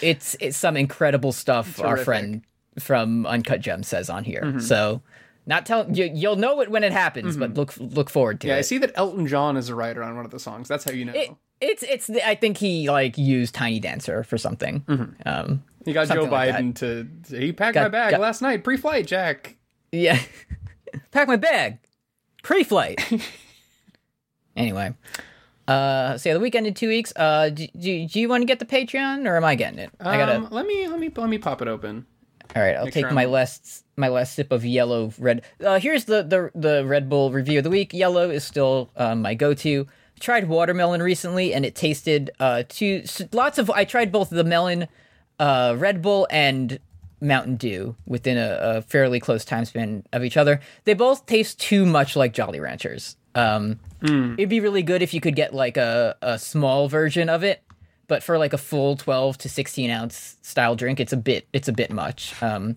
Speaker 1: It's it's some incredible stuff our
Speaker 2: Terrific.
Speaker 1: friend from Uncut Gem says on here.
Speaker 2: Mm-hmm.
Speaker 1: So not tell you you'll know it when it happens, but look look forward to
Speaker 2: yeah, I
Speaker 1: it.
Speaker 2: see that Elton John is a writer on one of the songs. That's how you know.
Speaker 1: it. It's it's the, I think he like used Tiny Dancer for something.
Speaker 2: Mm-hmm.
Speaker 1: Um,
Speaker 2: he got Joe
Speaker 1: something like
Speaker 2: Biden to. He packed my bag
Speaker 1: got-
Speaker 2: last night pre-flight, Jack.
Speaker 1: yeah, pack my bag, pre-flight. anyway, uh, so yeah, the weekend in two weeks. Uh, do, do, do you want to get the Patreon or am I getting it? I gotta.
Speaker 2: Um, let me let me let me pop it open.
Speaker 1: All right, I'll take
Speaker 2: sure I'm-
Speaker 1: my last my last sip of yellow red. Uh, here's the, the the Red Bull review of the week. Yellow is still um, my go to. Tried watermelon recently, and it tasted uh two s- lots of. I tried both the melon, uh, Red Bull and Mountain Dew within a, a fairly close time span of each other. They both taste too much like Jolly Ranchers. Um, It'd be really good if you could get like a, a small version of it, but for like a full twelve to sixteen ounce style drink, it's a bit it's a bit much. Um,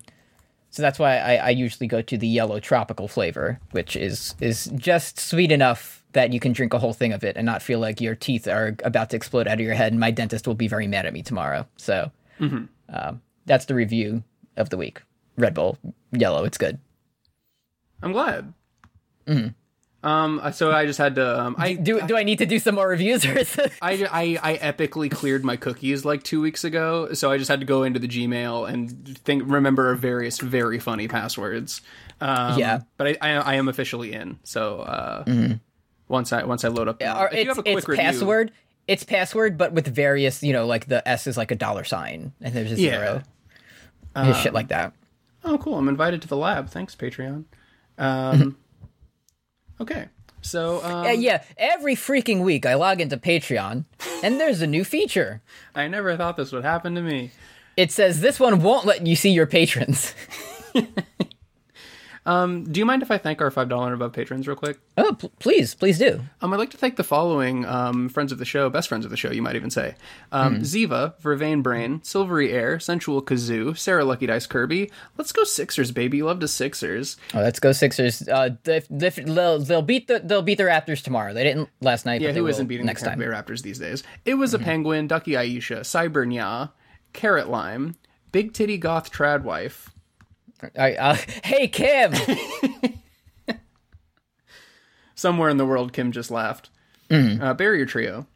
Speaker 1: so that's why I, I usually go to the yellow tropical flavor, which is is just sweet enough that you can drink a whole thing of it and not feel like your teeth are about to explode out of your head. And my dentist will be very mad at me tomorrow. So um, that's the review of the week. Red Bull yellow, it's good.
Speaker 2: I'm glad.
Speaker 1: Mm-hmm.
Speaker 2: Um, so I just had to. Um, I,
Speaker 1: Do do I need to do some more reviews or is it-
Speaker 2: I I I epically cleared my cookies like two weeks ago, so I just had to go into the Gmail and think remember various very funny passwords. Um,
Speaker 1: Yeah. Mm-hmm.
Speaker 2: but I, I I am officially in. So uh, once I once I load up,
Speaker 1: or
Speaker 2: if you
Speaker 1: it's,
Speaker 2: have a quick
Speaker 1: it's
Speaker 2: review-
Speaker 1: password. It's password, but with various, you know, like the S is like a dollar sign and there's a
Speaker 2: Yeah. Um,
Speaker 1: zero. Just shit like that.
Speaker 2: Oh, cool! I'm invited to the lab. Thanks, Patreon. Um, okay, so um,
Speaker 1: Uh, Mm-hmm. yeah, every freaking week I log into Patreon and there's a new feature.
Speaker 2: I never thought this would happen to me.
Speaker 1: It says this one won't let you see your patrons.
Speaker 2: Do you mind if I thank our five dollar and above patrons real quick?
Speaker 1: Oh, pl- please, please do.
Speaker 2: Um, I'd like to thank the following um, friends of the show, best friends of the show, you might even say.
Speaker 1: Hmm.
Speaker 2: Um, Ziva, Vervain Brain, Silvery Air, Sensual Kazoo, Sarah Lucky Dice Kirby. Let's go Sixers, baby. Love to Sixers.
Speaker 1: Oh, let's go Sixers. Uh, they've- they've- they'll, they'll beat the they'll beat the Raptors tomorrow. They didn't last night.
Speaker 2: Yeah,
Speaker 1: but they
Speaker 2: who
Speaker 1: will
Speaker 2: isn't beating
Speaker 1: next
Speaker 2: the Tampa
Speaker 1: time? Mm-hmm.
Speaker 2: Bay Raptors these days? It was a penguin, Ducky Aisha, Cybernya, Carrot Lime, Big Titty Goth Trad Wife.
Speaker 1: I, uh, hey Kim,
Speaker 2: Somewhere in the world, Kim just laughed.
Speaker 1: Mm.
Speaker 2: Uh, Barrier Trio.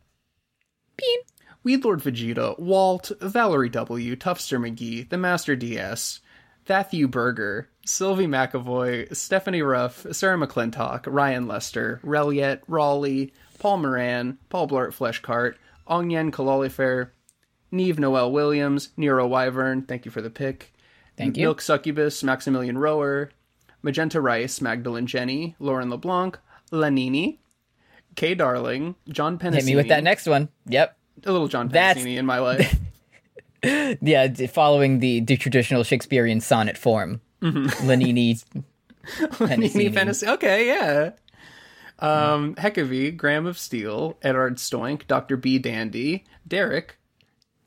Speaker 1: Beep.
Speaker 2: Weed Lord Vegeta, Walt, Valerie W, Tufster McGee, The Master DS, Thathew Berger, Sylvie McAvoy, Stephanie Ruff, Sarah McClintock, Ryan Lester, Reliet, Raleigh, Paul Moran, Paul Blart Fleshcart, Ongyen Kalalifair, Neve Noel Williams, Nero Wyvern, thank you for the pick.
Speaker 1: Thank you.
Speaker 2: Milk Succubus, Maximilian Rower, Magenta Rice, Magdalene Jenny, Lauren LeBlanc, Lanini, Kay Darling, John Pennicini.
Speaker 1: hit me with that next one. Yep.
Speaker 2: A little John
Speaker 1: That's-
Speaker 2: Pennicini in my life.
Speaker 1: Yeah, d- following the, the traditional Shakespearean sonnet form.
Speaker 2: Mm-hmm.
Speaker 1: Lenini.
Speaker 2: Nini
Speaker 1: Pennicini.
Speaker 2: Fantasy. Okay, yeah. Um, Heckavy, Graham of Steel, Edard Stoink, Dr. B. Dandy, Derek,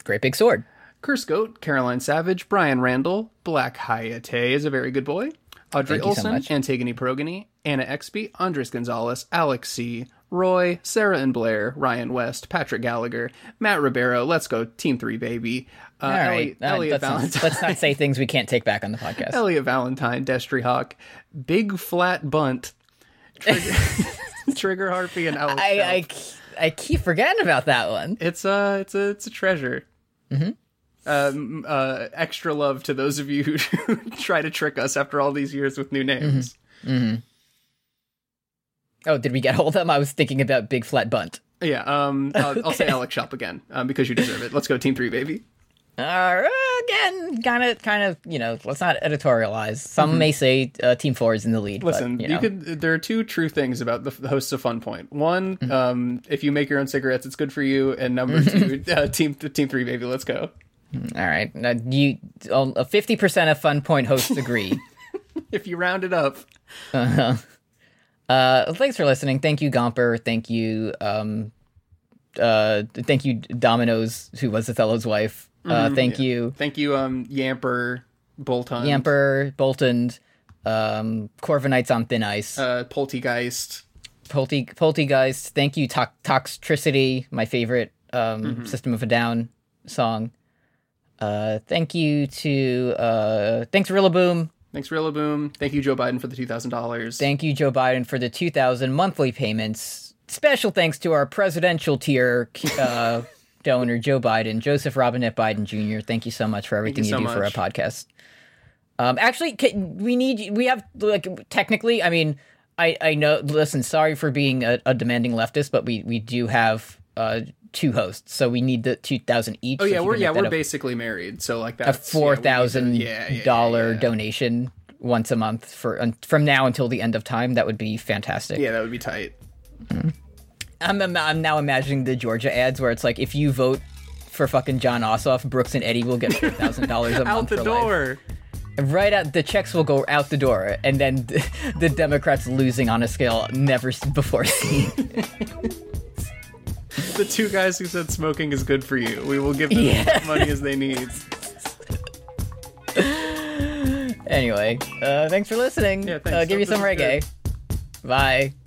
Speaker 1: Great big sword.
Speaker 2: Curse Goat, Caroline Savage, Brian Randall, Black Hayate is a very good boy,
Speaker 1: Thank
Speaker 2: Audrey
Speaker 1: you so
Speaker 2: Olson,
Speaker 1: much.
Speaker 2: Antigone Progony, Anna Exby, Andres Gonzalez, Alex C., Roy, Sarah and Blair, Ryan West, Patrick Gallagher, Matt Ribeiro, Let's Go, Team 3 Baby, uh,
Speaker 1: All right. all
Speaker 2: Elliot,
Speaker 1: right,
Speaker 2: Elliot
Speaker 1: let's,
Speaker 2: Valentine.
Speaker 1: not, let's not say things we can't take back on the podcast.
Speaker 2: Elliot Valentine, Destry Hawk, Big Flat Bunt, Trigger, Trigger Harpy, and Alex.
Speaker 1: I,
Speaker 2: Shelp.
Speaker 1: I, I keep forgetting about that one.
Speaker 2: It's a it's a it's a treasure. Mm-hmm. Um, uh, extra love to those of you who try to trick us after all these years with new names.
Speaker 1: Mm-hmm. Oh, did we get all of them? I was thinking about Big Flat Bunt.
Speaker 2: Yeah, um, I'll, I'll say Alex Shop again um, because you deserve it. Let's go, Team Three, baby.
Speaker 1: Uh, again, kind of, kind of, you know, let's not editorialize. Some may say uh, Team Four is in the lead.
Speaker 2: Mm-hmm. Listen,
Speaker 1: but, you, know.
Speaker 2: you could. There are two true things about the, the hosts of Fun Point. One,
Speaker 1: Mm-hmm.
Speaker 2: um, if you make your own cigarettes, it's good for you. And number
Speaker 1: Mm-hmm.
Speaker 2: two, uh, team team three, baby, let's go.
Speaker 1: All right, now you fifty percent of Fun Point hosts agree.
Speaker 2: If you round it up,
Speaker 1: uh, thanks for listening. Thank you, Gomper. Thank you, um, uh, thank you, Dominoes, who was Othello's wife. Uh, thank you,
Speaker 2: thank you, um, Yamper, Bolton,
Speaker 1: Yamper, Bolton, um, Corvinites on Thin Ice,
Speaker 2: uh, Poltegeist.
Speaker 1: Polty, Poltygeist. Thank you, to- Toxtricity, my favorite um, System of a Down song. Uh, thank you to uh, thanks Rillaboom.
Speaker 2: Thanks, Rillaboom. Thank you, Joe Biden, for the two thousand dollars.
Speaker 1: Thank you, Joe Biden, for the 2000 monthly payments. Special thanks to our presidential tier uh, donor, Joe Biden, Joseph Robinette Biden Jr. Thank you so much for everything you,
Speaker 2: so
Speaker 1: do for our
Speaker 2: much.
Speaker 1: podcast. Um, actually, ca- we need we have like technically. I mean, I I know. Listen, sorry for being a, a demanding leftist, but we we do have uh, two hosts, so we need the 2,000 each.
Speaker 2: Oh yeah, we're yeah we're basically married, so like
Speaker 1: a
Speaker 2: that's yeah, we
Speaker 1: four
Speaker 2: need to-
Speaker 1: thousand dollar
Speaker 2: yeah, yeah, yeah.
Speaker 1: donation once a month for un- from now until the end of time. That would be fantastic.
Speaker 2: Yeah, that would be tight.
Speaker 1: I'm, I'm I'm now imagining the Georgia ads where it's like if you vote for fucking John Ossoff, Brooks and Eddie will get four thousand dollars a month
Speaker 2: Out
Speaker 1: for
Speaker 2: the
Speaker 1: life.
Speaker 2: door.
Speaker 1: Right out the checks will go out the door, and then the, the Democrats losing on a scale never s- before seen.
Speaker 2: The two guys who said smoking is good for you. We will give them
Speaker 1: Yeah.
Speaker 2: as much money as they need.
Speaker 1: anyway, uh, thanks for listening.
Speaker 2: Yeah, thanks.
Speaker 1: Uh, give
Speaker 2: Hope
Speaker 1: you
Speaker 2: this
Speaker 1: some
Speaker 2: was good.
Speaker 1: reggae. Bye.